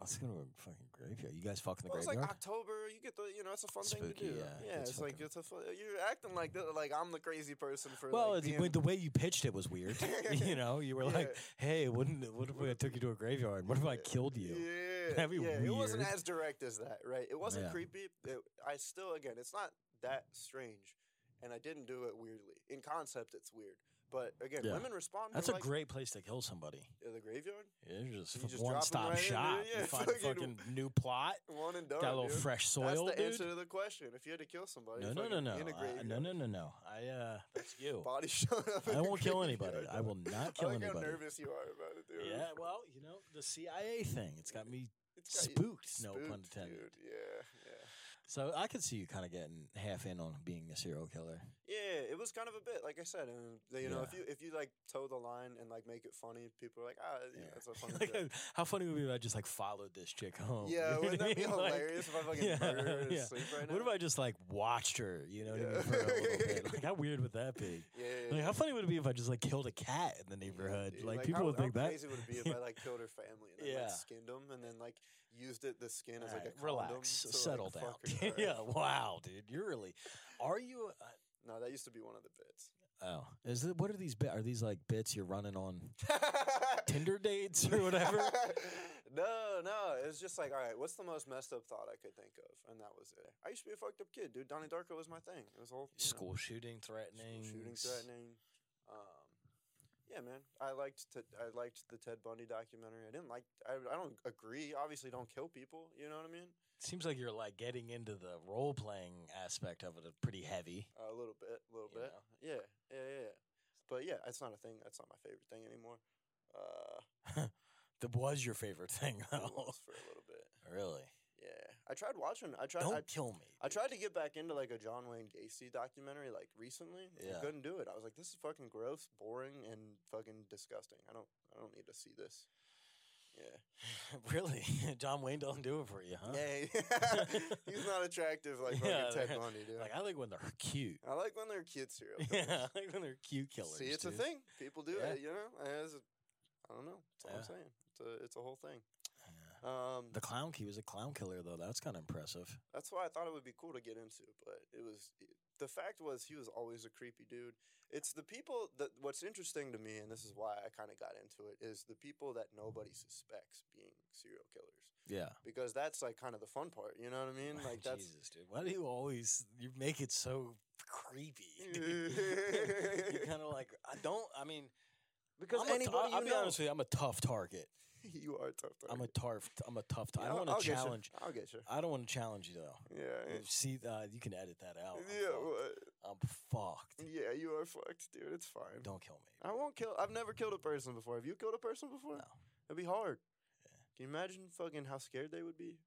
Speaker 1: let's go to a fucking graveyard. You guys fuck in the
Speaker 2: Well, it's like
Speaker 1: graveyard?
Speaker 2: October. You get the, you know, it's a fun
Speaker 1: Spooky,
Speaker 2: thing to do.
Speaker 1: yeah.
Speaker 2: yeah
Speaker 1: It's
Speaker 2: it's, like
Speaker 1: fucking-
Speaker 2: it's a fun. You're acting like that, like I'm the crazy person for.
Speaker 1: well,
Speaker 2: like,
Speaker 1: it's-
Speaker 2: being,
Speaker 1: but the way you pitched it was weird. you know, you were like,
Speaker 2: Yeah.
Speaker 1: hey, wouldn't it- what if I took you to a graveyard? What if I killed you?
Speaker 2: Yeah,
Speaker 1: That'd be
Speaker 2: yeah. It wasn't
Speaker 1: weird.
Speaker 2: as direct as that, right? It wasn't
Speaker 1: Yeah.
Speaker 2: creepy. It, I still, again, it's not that strange, and I didn't do it weirdly. In concept, it's weird, but again,
Speaker 1: Yeah.
Speaker 2: women respond.
Speaker 1: That's
Speaker 2: to
Speaker 1: a
Speaker 2: like,
Speaker 1: great place to kill somebody.
Speaker 2: uh, the graveyard,
Speaker 1: Yeah, you're just,
Speaker 2: You
Speaker 1: fuck-
Speaker 2: just drop 'em
Speaker 1: one stop
Speaker 2: right in there,
Speaker 1: shop.
Speaker 2: yeah,
Speaker 1: you find a
Speaker 2: fucking-
Speaker 1: fucking new plot,
Speaker 2: one and done.
Speaker 1: got a little
Speaker 2: dude.
Speaker 1: fresh
Speaker 2: That's
Speaker 1: soil,
Speaker 2: the
Speaker 1: dude.
Speaker 2: answer to the question. If you had to kill somebody,
Speaker 1: No, no,
Speaker 2: fucking
Speaker 1: no, no,
Speaker 2: in a
Speaker 1: I-
Speaker 2: graveyard,
Speaker 1: no, no, no, no. I uh, that's you.
Speaker 2: body showing up. in
Speaker 1: I
Speaker 2: a
Speaker 1: won't kill
Speaker 2: graveyard.
Speaker 1: anybody. I will not
Speaker 2: I
Speaker 1: kill
Speaker 2: like
Speaker 1: anybody.
Speaker 2: how nervous you are about it, dude.
Speaker 1: Yeah, well, you know, the CIA thing. It's got me
Speaker 2: It's got you
Speaker 1: spooked, no pun
Speaker 2: spooked,
Speaker 1: intended.
Speaker 2: Dude. Yeah, yeah.
Speaker 1: So I could see you kind of getting half in on being a serial killer.
Speaker 2: Yeah, it was kind of a bit, like I said, and they- you know, if
Speaker 1: Yeah.
Speaker 2: you if you like toe the line and like make it funny, people are like, ah, you know,
Speaker 1: Yeah.
Speaker 2: that's a funny
Speaker 1: Like,
Speaker 2: joke.
Speaker 1: uh, how funny would it be if I just like followed this chick home? You
Speaker 2: Yeah,
Speaker 1: know
Speaker 2: wouldn't
Speaker 1: what I
Speaker 2: that be
Speaker 1: mean? Like,
Speaker 2: hilarious if I fucking murdered her to sleep right now?
Speaker 1: What if I just like watched her? You know what I mean?
Speaker 2: Yeah.
Speaker 1: For a little bit. Like, how weird would that be?
Speaker 2: Yeah, yeah,
Speaker 1: Like,
Speaker 2: yeah.
Speaker 1: how funny would it be if I just like killed a cat in the neighborhood?
Speaker 2: Dude,
Speaker 1: Like, people
Speaker 2: how,
Speaker 1: would think
Speaker 2: how
Speaker 1: that.
Speaker 2: crazy would it be if I like killed her family and then
Speaker 1: Yeah.
Speaker 2: like skinned them and then like used it the skin as like
Speaker 1: Alright,
Speaker 2: a condom?
Speaker 1: relax,
Speaker 2: to, like,
Speaker 1: settle down.
Speaker 2: fuck her. Alright.
Speaker 1: yeah, wow, dude, you're really. Are you? Uh,
Speaker 2: No, that used to be one of the bits.
Speaker 1: Oh, is it? What are these? Bit, are these like bits you're running on Tinder dates or whatever?
Speaker 2: no, no. It was just like, all right, what's the most messed up thought I could think of? And that was it. I used to be a fucked up kid, dude. Donnie Darko was my thing. It was all you know,
Speaker 1: School shooting threatening.
Speaker 2: School shooting threatening. Um, Yeah, man. I liked Ted I liked the Ted Bundy documentary. I didn't like. I, I don't agree. Obviously, don't kill people. You know what I mean?
Speaker 1: Seems like you're like getting into the role playing aspect of it uh, pretty heavy.
Speaker 2: a little bit, a little
Speaker 1: You
Speaker 2: bit.
Speaker 1: know.
Speaker 2: Yeah, yeah, yeah. yeah. But yeah, that's not a thing. That's not my favorite thing anymore. Uh,
Speaker 1: That was your favorite thing,
Speaker 2: it
Speaker 1: though.
Speaker 2: was for a little bit.
Speaker 1: really?
Speaker 2: Yeah, I tried watching. I tried.
Speaker 1: Don't
Speaker 2: I,
Speaker 1: kill me.
Speaker 2: I tried to get back into like a John Wayne Gacy documentary like recently.
Speaker 1: Yeah.
Speaker 2: I couldn't do it. I was like, this is fucking gross, boring, and fucking disgusting. I don't. I don't need to see this. Yeah.
Speaker 1: really? John Wayne doesn't do it for you, huh?
Speaker 2: Yeah. He's not attractive like fucking
Speaker 1: Yeah,
Speaker 2: Ted
Speaker 1: they're-
Speaker 2: Bundy, dude.
Speaker 1: Like I like when they're cute.
Speaker 2: I like when they're cute serial killers.
Speaker 1: Yeah, I like when they're cute killers.
Speaker 2: See, it's a
Speaker 1: dude.
Speaker 2: thing. People do
Speaker 1: Yeah.
Speaker 2: it. You know, I a, I don't know. That's all I'm
Speaker 1: Yeah.
Speaker 2: saying. It's a, it's a whole thing.
Speaker 1: Yeah.
Speaker 2: Um,
Speaker 1: The clown key was a clown killer though. That's kind of impressive.
Speaker 2: that's why I thought it would be cool to get into, but it was the fact was he was always a creepy dude. It's the people that what's interesting to me, and this is why I kind of got into it, is the people that nobody suspects being serial killers
Speaker 1: Yeah.
Speaker 2: because that's like kind of the fun part. You know what I mean? Like that's
Speaker 1: Jesus, dude. Why do you always you make it so creepy? dude? you kind of like I don't. I mean,
Speaker 2: because
Speaker 1: I'm a t-
Speaker 2: anybody
Speaker 1: I'll
Speaker 2: you
Speaker 1: be
Speaker 2: know,
Speaker 1: honest with you. I'm a tough target.
Speaker 2: you are a tough.
Speaker 1: I'm a
Speaker 2: target.
Speaker 1: tarf. I'm a tough. T-
Speaker 2: Yeah,
Speaker 1: I
Speaker 2: I'll-
Speaker 1: don't
Speaker 2: I'll
Speaker 1: want
Speaker 2: get
Speaker 1: to
Speaker 2: you.
Speaker 1: challenge.
Speaker 2: I'll get you.
Speaker 1: I don't want to challenge you though.
Speaker 2: Yeah.
Speaker 1: You See, uh, you can edit that out. I'm
Speaker 2: Yeah.
Speaker 1: fucked.
Speaker 2: what?
Speaker 1: I'm fucked.
Speaker 2: Yeah, you are fucked, dude. It's fine.
Speaker 1: Don't kill me.
Speaker 2: I won't kill. I've never killed a person before. Have you killed a person before?
Speaker 1: No.
Speaker 2: It'd be hard. Can you imagine fucking how scared they would be?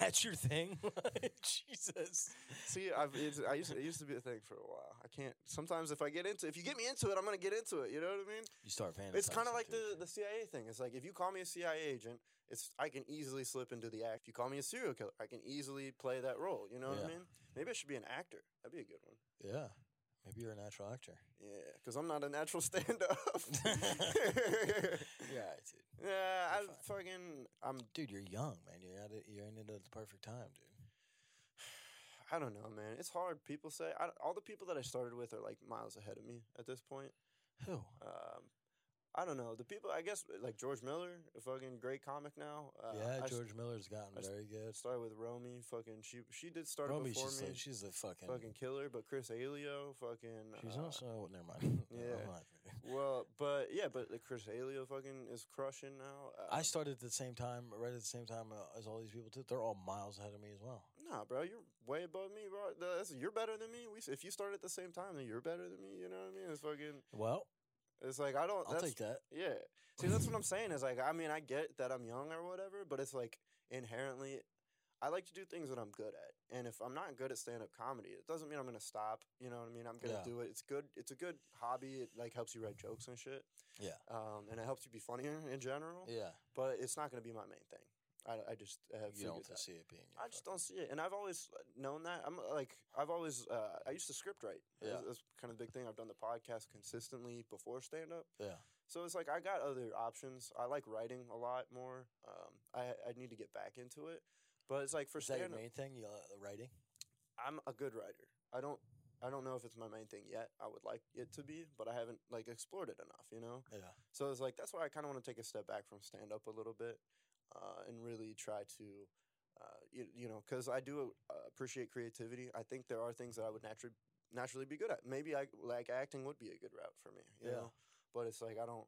Speaker 1: That's your thing. Jesus.
Speaker 2: See, I've it's, I used to, it used to be a thing for a while. I can't. Sometimes if I get into, if you get me into it, I'm gonna get into it. You know what I mean?
Speaker 1: You start fantasizing.
Speaker 2: It's kind of like
Speaker 1: too.
Speaker 2: the the CIA thing. It's like if you call me a CIA agent, it's I can easily slip into the act. If you call me a serial killer, I can easily play that role. You know what
Speaker 1: Yeah.
Speaker 2: I mean? Maybe I should be an actor. That'd be a good one.
Speaker 1: Yeah. Maybe you're a natural actor.
Speaker 2: Yeah, because I'm not a natural stand up.
Speaker 1: Yeah, dude.
Speaker 2: yeah, I
Speaker 1: fine.
Speaker 2: fucking I'm
Speaker 1: Dude, you're young, man. You're at it, you're in it at the perfect time, dude.
Speaker 2: I don't know, man. It's hard. People say I, all the people that I started with are like miles ahead of me at this point.
Speaker 1: Who?
Speaker 2: Um, I don't know. The people, I guess, like George Miller, a fucking great comic now. Uh, I
Speaker 1: yeah,
Speaker 2: s-
Speaker 1: George Miller's gotten
Speaker 2: I s-
Speaker 1: very good.
Speaker 2: started with Romy. Fucking she, she did start
Speaker 1: Romy,
Speaker 2: before
Speaker 1: she's,
Speaker 2: me.
Speaker 1: like, she's the fucking.
Speaker 2: fucking killer, but Chris Alio, fucking.
Speaker 1: she's
Speaker 2: uh,
Speaker 1: also. Never mind.
Speaker 2: yeah.
Speaker 1: Never mind.
Speaker 2: Well, but yeah, but like Chris Alio fucking is crushing now.
Speaker 1: I
Speaker 2: Um,
Speaker 1: started at the same time, right at the same time uh, as all these people too. They're all miles ahead of me as well.
Speaker 2: Nah, bro, you're way above me, bro. That's, you're better than me. We, s- if you start at the same time, then you're better than me. You know what I mean? It's fucking.
Speaker 1: Well,
Speaker 2: It's like I don't.
Speaker 1: I'll
Speaker 2: that's,
Speaker 1: take that.
Speaker 2: Yeah. See, that's what I'm saying. Is like, I mean, I get that I'm young or whatever, but it's like inherently, I like to do things that I'm good at. And if I'm not good at stand up comedy, it doesn't mean I'm gonna stop. You know what I mean? I'm gonna
Speaker 1: Yeah.
Speaker 2: do it. It's good. It's a good hobby. It like helps you write jokes and shit.
Speaker 1: Yeah.
Speaker 2: Um, and it helps you be funnier in general.
Speaker 1: Yeah,
Speaker 2: But it's not gonna be my main thing. I, I just have
Speaker 1: you don't
Speaker 2: figured that.
Speaker 1: see it being. your
Speaker 2: I just don't see it, and I've always uh, known that. I'm uh, like, I've always, uh, I used to script write.
Speaker 1: Yeah.
Speaker 2: That's, that's kind of the big thing. I've done the podcast consistently before stand up.
Speaker 1: fucking-
Speaker 2: So it's like I got other options. I like writing a lot more. Um, I I need to get back into it, but it's like
Speaker 1: Yeah,
Speaker 2: for
Speaker 1: is that your
Speaker 2: stand up,
Speaker 1: main thing? You uh, writing?
Speaker 2: I'm a good writer. I don't I don't know if it's my main thing yet. I would like it to be, but I haven't like explored it enough, you know.
Speaker 1: Yeah.
Speaker 2: So it's like that's why I kind of want to take a step back from stand up a little bit, uh, and really try to. Uh, you, you know, because I do uh, appreciate creativity. I think there are things that I would naturally naturally be good at. Maybe I like acting would be a good route for me. You
Speaker 1: Yeah.
Speaker 2: know? but it's like I don't.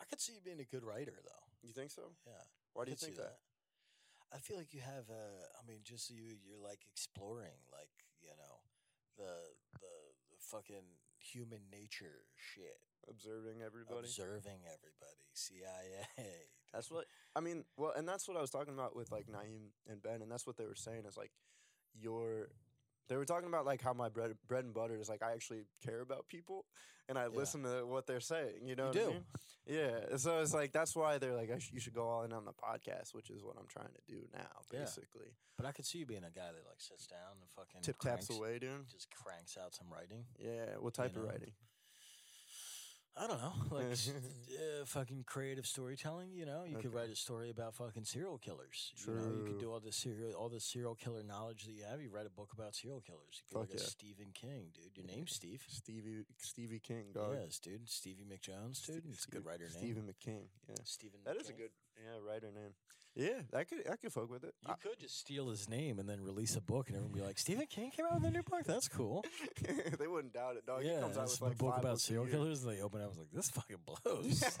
Speaker 1: I could see you being a good writer though.
Speaker 2: You think so?
Speaker 1: Yeah.
Speaker 2: Why do you
Speaker 1: could see
Speaker 2: think that?
Speaker 1: I feel like you have uh I mean, just you you're like exploring like, you know, the the, the fucking human nature shit.
Speaker 2: Observing everybody.
Speaker 1: Observing everybody. CIA.
Speaker 2: That's what I mean. Well, and that's what I was talking about with like Naeem and Ben, and that's what they were saying is like your. They were talking about like how my bread bread and butter is like I actually care about people, and I
Speaker 1: Yeah.
Speaker 2: listen to what they're saying. You know,
Speaker 1: you do.
Speaker 2: what I mean? Yeah. So it's like that's why they're like I sh- you should go all in on the podcast, which is what I'm trying to do now,
Speaker 1: Yeah.
Speaker 2: basically.
Speaker 1: But I could see you being a guy that like sits down and fucking
Speaker 2: Tip
Speaker 1: cranks,
Speaker 2: taps away, dude.
Speaker 1: Just cranks out some writing.
Speaker 2: Yeah. What type
Speaker 1: know.
Speaker 2: of writing?
Speaker 1: I don't know, like s- uh, fucking creative storytelling. You know, you could
Speaker 2: Okay.
Speaker 1: write a story about fucking serial killers. You know, you
Speaker 2: True.
Speaker 1: could do all the serial, all the serial killer knowledge that you have. You write a book about serial killers. You could
Speaker 2: Fuck
Speaker 1: like a
Speaker 2: yeah.
Speaker 1: Stephen King, dude. Your name's Steve.
Speaker 2: Stevie Stevie King, dog.
Speaker 1: Yes, dude. Stevie McJones,
Speaker 2: Ste-
Speaker 1: dude. It's a good
Speaker 2: Ste-
Speaker 1: writer name.
Speaker 2: Stephen McKing. Yeah.
Speaker 1: Stephen.
Speaker 2: That is a
Speaker 1: McKay.
Speaker 2: good Yeah, write her name. Yeah, I could I could fuck with it.
Speaker 1: You could just steal his name and then release a book, and everyone be like, "Stephen King came out with a new book. That's cool."
Speaker 2: I- they wouldn't doubt it, dog.
Speaker 1: yeah,
Speaker 2: Oh, he comes out
Speaker 1: it's
Speaker 2: with
Speaker 1: a
Speaker 2: like
Speaker 1: book
Speaker 2: five
Speaker 1: about
Speaker 2: books a
Speaker 1: serial
Speaker 2: year.
Speaker 1: killers. And they open it, up, I was like, "This fucking blows."
Speaker 2: It's a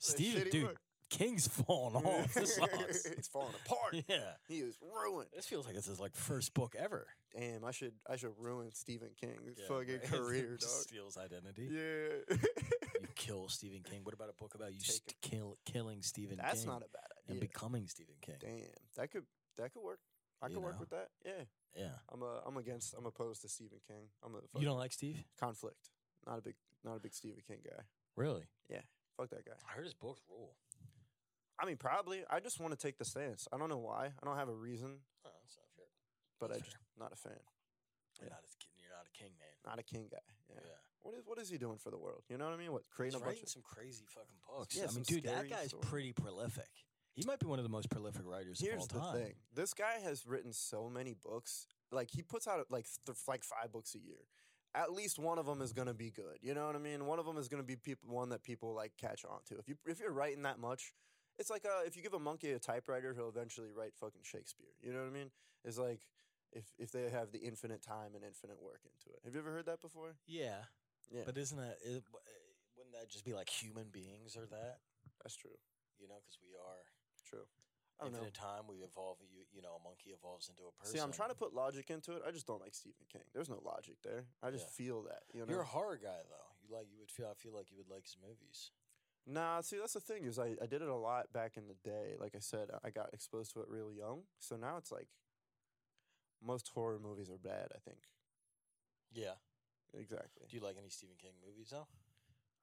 Speaker 1: Stephen,
Speaker 2: shitty
Speaker 1: dude,
Speaker 2: book.
Speaker 1: King's falling off. This sucks.
Speaker 2: it's falling apart.
Speaker 1: yeah,
Speaker 2: He is ruined.
Speaker 1: this feels like it's his like first book ever.
Speaker 2: Damn, I should I should ruin Stephen King's
Speaker 1: Yeah,
Speaker 2: fucking
Speaker 1: right?
Speaker 2: career,
Speaker 1: Just
Speaker 2: dog.
Speaker 1: Steals identity.
Speaker 2: Yeah,
Speaker 1: You kill Stephen King. What about a book about you
Speaker 2: Take
Speaker 1: st- kill, killing Stephen
Speaker 2: that's
Speaker 1: King
Speaker 2: not a bad
Speaker 1: and
Speaker 2: idea.
Speaker 1: becoming Stephen King?
Speaker 2: Damn, that could that could work. I
Speaker 1: You
Speaker 2: could work
Speaker 1: know?
Speaker 2: with that. Yeah,
Speaker 1: Yeah.
Speaker 2: I'm a I'm against I'm opposed to Stephen King. I'm a
Speaker 1: You
Speaker 2: fucking
Speaker 1: don't like Steve?
Speaker 2: conflict. Not a big not a big Stephen King guy.
Speaker 1: Really?
Speaker 2: Fuck that guy.
Speaker 1: I heard his books rule.
Speaker 2: I mean, probably. I just want to take the stance. I don't know why. I don't have a reason,
Speaker 1: Oh, that's not fair.
Speaker 2: but I
Speaker 1: That's
Speaker 2: just not a fan.
Speaker 1: You're,
Speaker 2: Yeah.
Speaker 1: not, a, king- you're not a king, man.
Speaker 2: Not a King guy. Yeah.
Speaker 1: Yeah.
Speaker 2: What is what is he doing for the world? You know what I mean? What
Speaker 1: He's
Speaker 2: creating a bunch
Speaker 1: writing
Speaker 2: of
Speaker 1: some crazy fucking books.
Speaker 2: Yeah,
Speaker 1: I mean,
Speaker 2: some
Speaker 1: dude, that
Speaker 2: scary
Speaker 1: guy's
Speaker 2: story.
Speaker 1: pretty prolific. He might be one of the most prolific writers of all
Speaker 2: Here's the
Speaker 1: time.
Speaker 2: thing: this guy has written so many books. Like he puts out like th- like five books a year. At least one of them is gonna be good. You know what I mean? One of them is gonna be people one that people like catch on to. If you if you're writing that much, it's like uh, if you give a monkey a typewriter, he'll eventually write fucking Shakespeare. You know what I mean? It's like if if they have the infinite time and infinite work into it. Have you ever heard that before?
Speaker 1: Yeah.
Speaker 2: Yeah.
Speaker 1: But isn't that, it, w- eh, wouldn't that just be like human beings or that?
Speaker 2: That's true.
Speaker 1: You know, because we are
Speaker 2: True. I don't know.
Speaker 1: infinite time. We evolve, you, you know, a monkey evolves into a person.
Speaker 2: See, I'm trying to put logic into it. I just don't like Stephen King. There's no logic there. I just
Speaker 1: Yeah.
Speaker 2: feel that. You know,
Speaker 1: You're a horror guy though. You like you would feel I feel like you would like his movies.
Speaker 2: Nah, see, that's the thing is I, I did it a lot back in the day. Like I said, I got exposed to it real young. So now it's like most horror movies are bad, I think.
Speaker 1: Yeah.
Speaker 2: Exactly.
Speaker 1: Do you like any Stephen King movies though?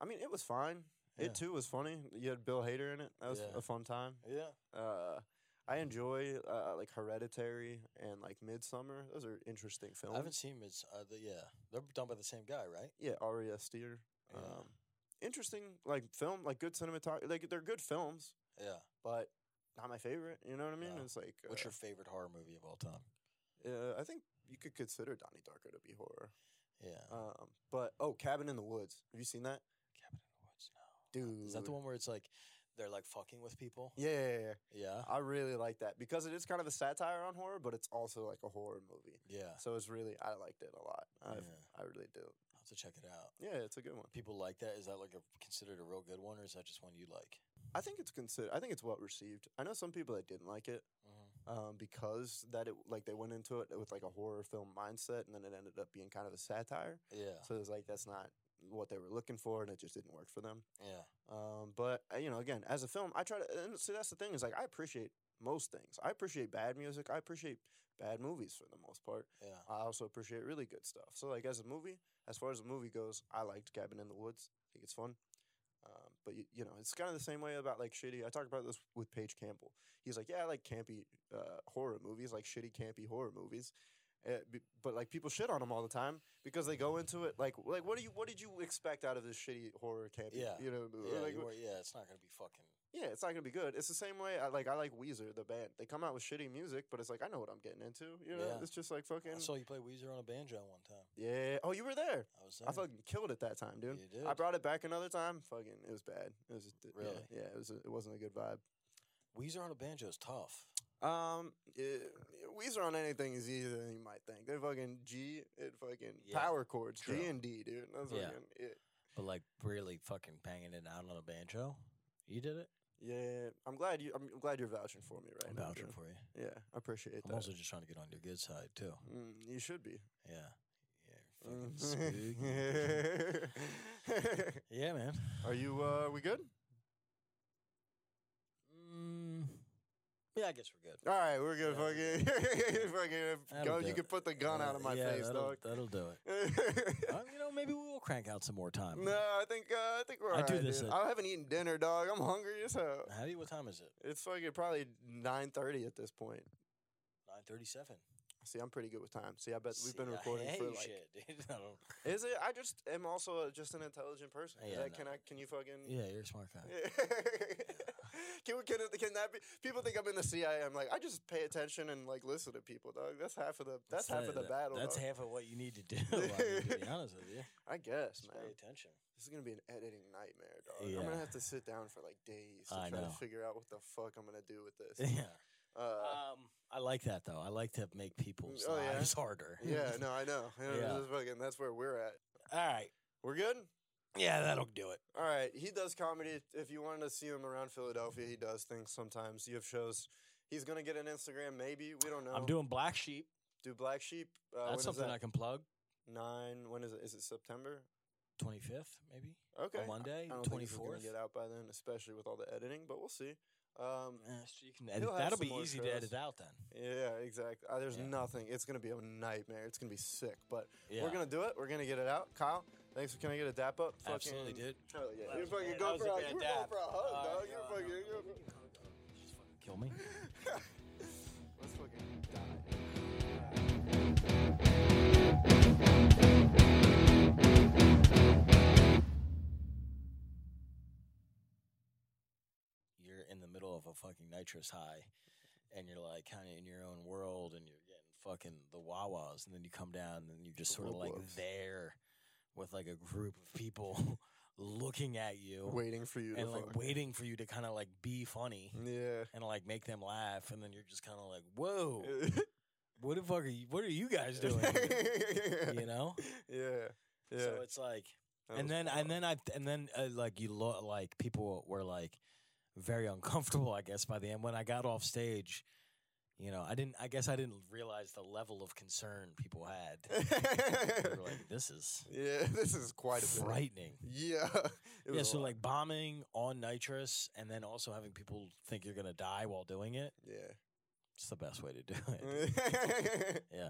Speaker 2: I mean, it was fine.
Speaker 1: Yeah.
Speaker 2: It too was funny. You had Bill Hader in it. That was
Speaker 1: Yeah.
Speaker 2: a fun time.
Speaker 1: Yeah.
Speaker 2: Uh, I enjoy uh, like Hereditary and like Midsummer. Those are interesting films.
Speaker 1: I haven't seen his uh, the, yeah. They're done by the same guy, right?
Speaker 2: yeah, Ari Aster.
Speaker 1: Yeah.
Speaker 2: Um, interesting like film, like good cinematography. Like they're good films,
Speaker 1: Yeah.
Speaker 2: but not my favorite. You know what I mean?
Speaker 1: No.
Speaker 2: It's like
Speaker 1: What's
Speaker 2: uh,
Speaker 1: your favorite horror movie of all time?
Speaker 2: Uh, I think you could consider Donnie Darko to be horror.
Speaker 1: Yeah.
Speaker 2: Um, but oh, Cabin in the Woods. Have you seen that,
Speaker 1: Cabin in the Woods. No.
Speaker 2: dude?
Speaker 1: Is that the one where it's like they're like fucking with people?
Speaker 2: Yeah, yeah, yeah, Uh, yeah.
Speaker 1: Yeah.
Speaker 2: I really like that because it is kind of a satire on horror, but it's also like a horror movie.
Speaker 1: Yeah.
Speaker 2: So it's really I liked it a lot. I
Speaker 1: Yeah.
Speaker 2: I really do.
Speaker 1: I'll have to check it out.
Speaker 2: Yeah, it's a good one.
Speaker 1: People like that. Is that like a considered a real good one, or is that just one you like?
Speaker 2: I think it's considered. I think it's well received. I know some people that didn't like it
Speaker 1: Mm-hmm.
Speaker 2: um, because that it like they went into it with like a horror film mindset, and then it ended up being kind of a satire.
Speaker 1: Yeah.
Speaker 2: So it's like that's not what they were looking for, and it just didn't work for them.
Speaker 1: yeah.
Speaker 2: Um, but uh, you know, again, as a film, I try to. And see, that's the thing is like I appreciate most things. I appreciate bad music. I appreciate bad movies for the most part.
Speaker 1: Yeah.
Speaker 2: I also appreciate really good stuff. So like as a movie, as far as a movie goes, I liked Cabin in the Woods. I think it's fun. Um, but you, you know, it's kind of the same way about like shitty. I talked about this with Paige Campbell. He's like, yeah, I like campy uh, horror movies, like shitty campy horror movies. Uh, b- but like people shit on them all the time because they go into it like like what do you what did you expect out of this shitty horror campy
Speaker 1: Yeah.
Speaker 2: you know
Speaker 1: Yeah,
Speaker 2: Uh, like,
Speaker 1: you are- yeah, it's not gonna be fucking.
Speaker 2: yeah, it's not gonna be good. It's the same way I like I like Weezer, the band. They come out with shitty music, but it's like I know what I'm getting into. You know,
Speaker 1: Yeah. Uh,
Speaker 2: it's just like fucking
Speaker 1: I saw you play Weezer on a banjo one time.
Speaker 2: yeah. Oh, you were there.
Speaker 1: I was
Speaker 2: I
Speaker 1: there.
Speaker 2: fucking killed it that time, dude.
Speaker 1: You did.
Speaker 2: I brought it back another time. Fucking, it was bad. It was yeah,
Speaker 1: Really?
Speaker 2: yeah. it was a, it wasn't a good vibe.
Speaker 1: Weezer on a banjo is tough.
Speaker 2: Um, eh, Weezer on anything is easier than you might think. They're fucking G and fucking
Speaker 1: Yeah.
Speaker 2: power chords,
Speaker 1: True.
Speaker 2: G and D, dude. That's
Speaker 1: Yeah.
Speaker 2: fucking it.
Speaker 1: But like really fucking banging it out on a banjo. You did it?
Speaker 2: Yeah, I'm glad you. I'm glad you're vouching for me right
Speaker 1: I'm
Speaker 2: now.
Speaker 1: vouching
Speaker 2: dude.
Speaker 1: for you.
Speaker 2: Yeah, I appreciate
Speaker 1: I'm
Speaker 2: that.
Speaker 1: also just trying to get on your good side too.
Speaker 2: Mm, you should be.
Speaker 1: Yeah. Yeah. Fucking spooky.
Speaker 2: Mm.
Speaker 1: yeah, man.
Speaker 2: Are you? Uh, are we good?
Speaker 1: Mm, yeah, I guess we're good.
Speaker 2: All right, we're good.
Speaker 1: Yeah, we're
Speaker 2: Fucking, fucking.
Speaker 1: That'll
Speaker 2: Go,
Speaker 1: do
Speaker 2: you
Speaker 1: it.
Speaker 2: can put the gun out of my
Speaker 1: Uh, Yeah,
Speaker 2: face,
Speaker 1: that'll,
Speaker 2: dog.
Speaker 1: That'll do it. Uh, you know, maybe we will crank out some more time.
Speaker 2: no, I think uh, I think we're.
Speaker 1: I do
Speaker 2: alright,
Speaker 1: this
Speaker 2: dude.
Speaker 1: at-
Speaker 2: I haven't eaten dinner, dog. I'm hungry as hell.
Speaker 1: How do you? What time is it?
Speaker 2: It's fucking probably nine thirty at this point.
Speaker 1: Nine thirty-seven.
Speaker 2: See, I'm pretty good with time. See, I bet we've been recording
Speaker 1: I hate
Speaker 2: for like.
Speaker 1: shit, dude. I don't-
Speaker 2: Is it? I just am also uh, just an intelligent person. Is
Speaker 1: Yeah,
Speaker 2: that,
Speaker 1: no.
Speaker 2: Can I? Can you fucking?
Speaker 1: yeah, you're a smart guy.
Speaker 2: can we can, it- can that be? People think I'm in the CIA. I'm like I just pay attention and like listen to people, dog. That's half of the that's, half
Speaker 1: the-
Speaker 2: of the battle.
Speaker 1: That's
Speaker 2: dog.
Speaker 1: half of what you need to do. I mean, to be honest with you,
Speaker 2: I guess,
Speaker 1: just
Speaker 2: man.
Speaker 1: pay attention.
Speaker 2: This is gonna be an editing nightmare, dog. I'm
Speaker 1: Yeah.
Speaker 2: gonna have to sit down for like days to
Speaker 1: I
Speaker 2: try
Speaker 1: know.
Speaker 2: to figure out what the fuck I'm gonna do with this.
Speaker 1: Yeah.
Speaker 2: Uh,
Speaker 1: Um, I like that though. I like to make people's
Speaker 2: Oh, yeah?
Speaker 1: lives harder.
Speaker 2: yeah, no, I know. I know,
Speaker 1: Yeah.
Speaker 2: this is fucking- that's where we're at.
Speaker 1: All right.
Speaker 2: We're good.
Speaker 1: Yeah, that'll do it.
Speaker 2: All right, he does comedy. If you wanted to see him around Philadelphia, he does things sometimes. You have shows. He's gonna get an Instagram, maybe. We don't know.
Speaker 1: I'm doing Black Sheep.
Speaker 2: Do Black Sheep. Uh, Oh. when
Speaker 1: That's
Speaker 2: is
Speaker 1: something
Speaker 2: that?
Speaker 1: I can plug.
Speaker 2: Nine. When is it? Is it September?
Speaker 1: 25th, maybe.
Speaker 2: Okay.
Speaker 1: On Monday,
Speaker 2: I don't think this is gonna
Speaker 1: 24th.
Speaker 2: get out by then, especially with all the editing. But we'll see. Um,
Speaker 1: Yeah, so you can edit.
Speaker 2: have
Speaker 1: That'll
Speaker 2: some
Speaker 1: be
Speaker 2: more
Speaker 1: easy
Speaker 2: shows.
Speaker 1: to edit out then.
Speaker 2: yeah, exactly. Uh, there's
Speaker 1: Yeah.
Speaker 2: nothing. It's gonna be a nightmare. It's gonna be sick. But
Speaker 1: Yeah.
Speaker 2: we're gonna do it. We're gonna get it out. Kyle, thanks for. Can I get a dap up?
Speaker 1: Absolutely,
Speaker 2: Fucking-
Speaker 1: dude.
Speaker 2: Hell yeah.
Speaker 1: That
Speaker 2: You're
Speaker 1: was a
Speaker 2: fucking
Speaker 1: bad- that
Speaker 2: going
Speaker 1: was
Speaker 2: for
Speaker 1: a
Speaker 2: a,
Speaker 1: bad
Speaker 2: you're going
Speaker 1: dap.
Speaker 2: for a hug,
Speaker 1: Uh,
Speaker 2: dog.
Speaker 1: yeah,
Speaker 2: You're
Speaker 1: I
Speaker 2: fucking.
Speaker 1: know.
Speaker 2: You're going for-
Speaker 1: Just fucking kill me.
Speaker 2: Let's fucking die.
Speaker 1: You're in the middle of a fucking nitrous high, and you're like kind of in your own world, and you're getting fucking the wawas, and then you come down, and you're just
Speaker 2: The
Speaker 1: sort of like
Speaker 2: wah-wahs.
Speaker 1: there with like a group of people looking at you
Speaker 2: waiting for you
Speaker 1: and
Speaker 2: to
Speaker 1: like
Speaker 2: fuck. Mm.
Speaker 1: waiting for you to kind of like be funny
Speaker 2: Yeah.
Speaker 1: and like make them laugh, and then you're just kind of like, whoa,
Speaker 2: yeah.
Speaker 1: what the fuck are you? What are you guys doing? here?" you know.
Speaker 2: Yeah. Yeah.
Speaker 1: So it's like,
Speaker 2: That
Speaker 1: and
Speaker 2: was
Speaker 1: then
Speaker 2: wild.
Speaker 1: and then I and then uh, like you look like people were like very uncomfortable, I guess, by the end. When I got off stage, you know, I didn't. I guess I didn't realize the level of concern people had. they were like, "This is
Speaker 2: yeah, this is quite a bit.
Speaker 1: frightening."
Speaker 2: Yeah. It
Speaker 1: Yeah,
Speaker 2: was a
Speaker 1: so
Speaker 2: lot.
Speaker 1: like bombing on nitrous, and then also having people think you're gonna die while doing it.
Speaker 2: Yeah.
Speaker 1: It's the best way to do it. yeah.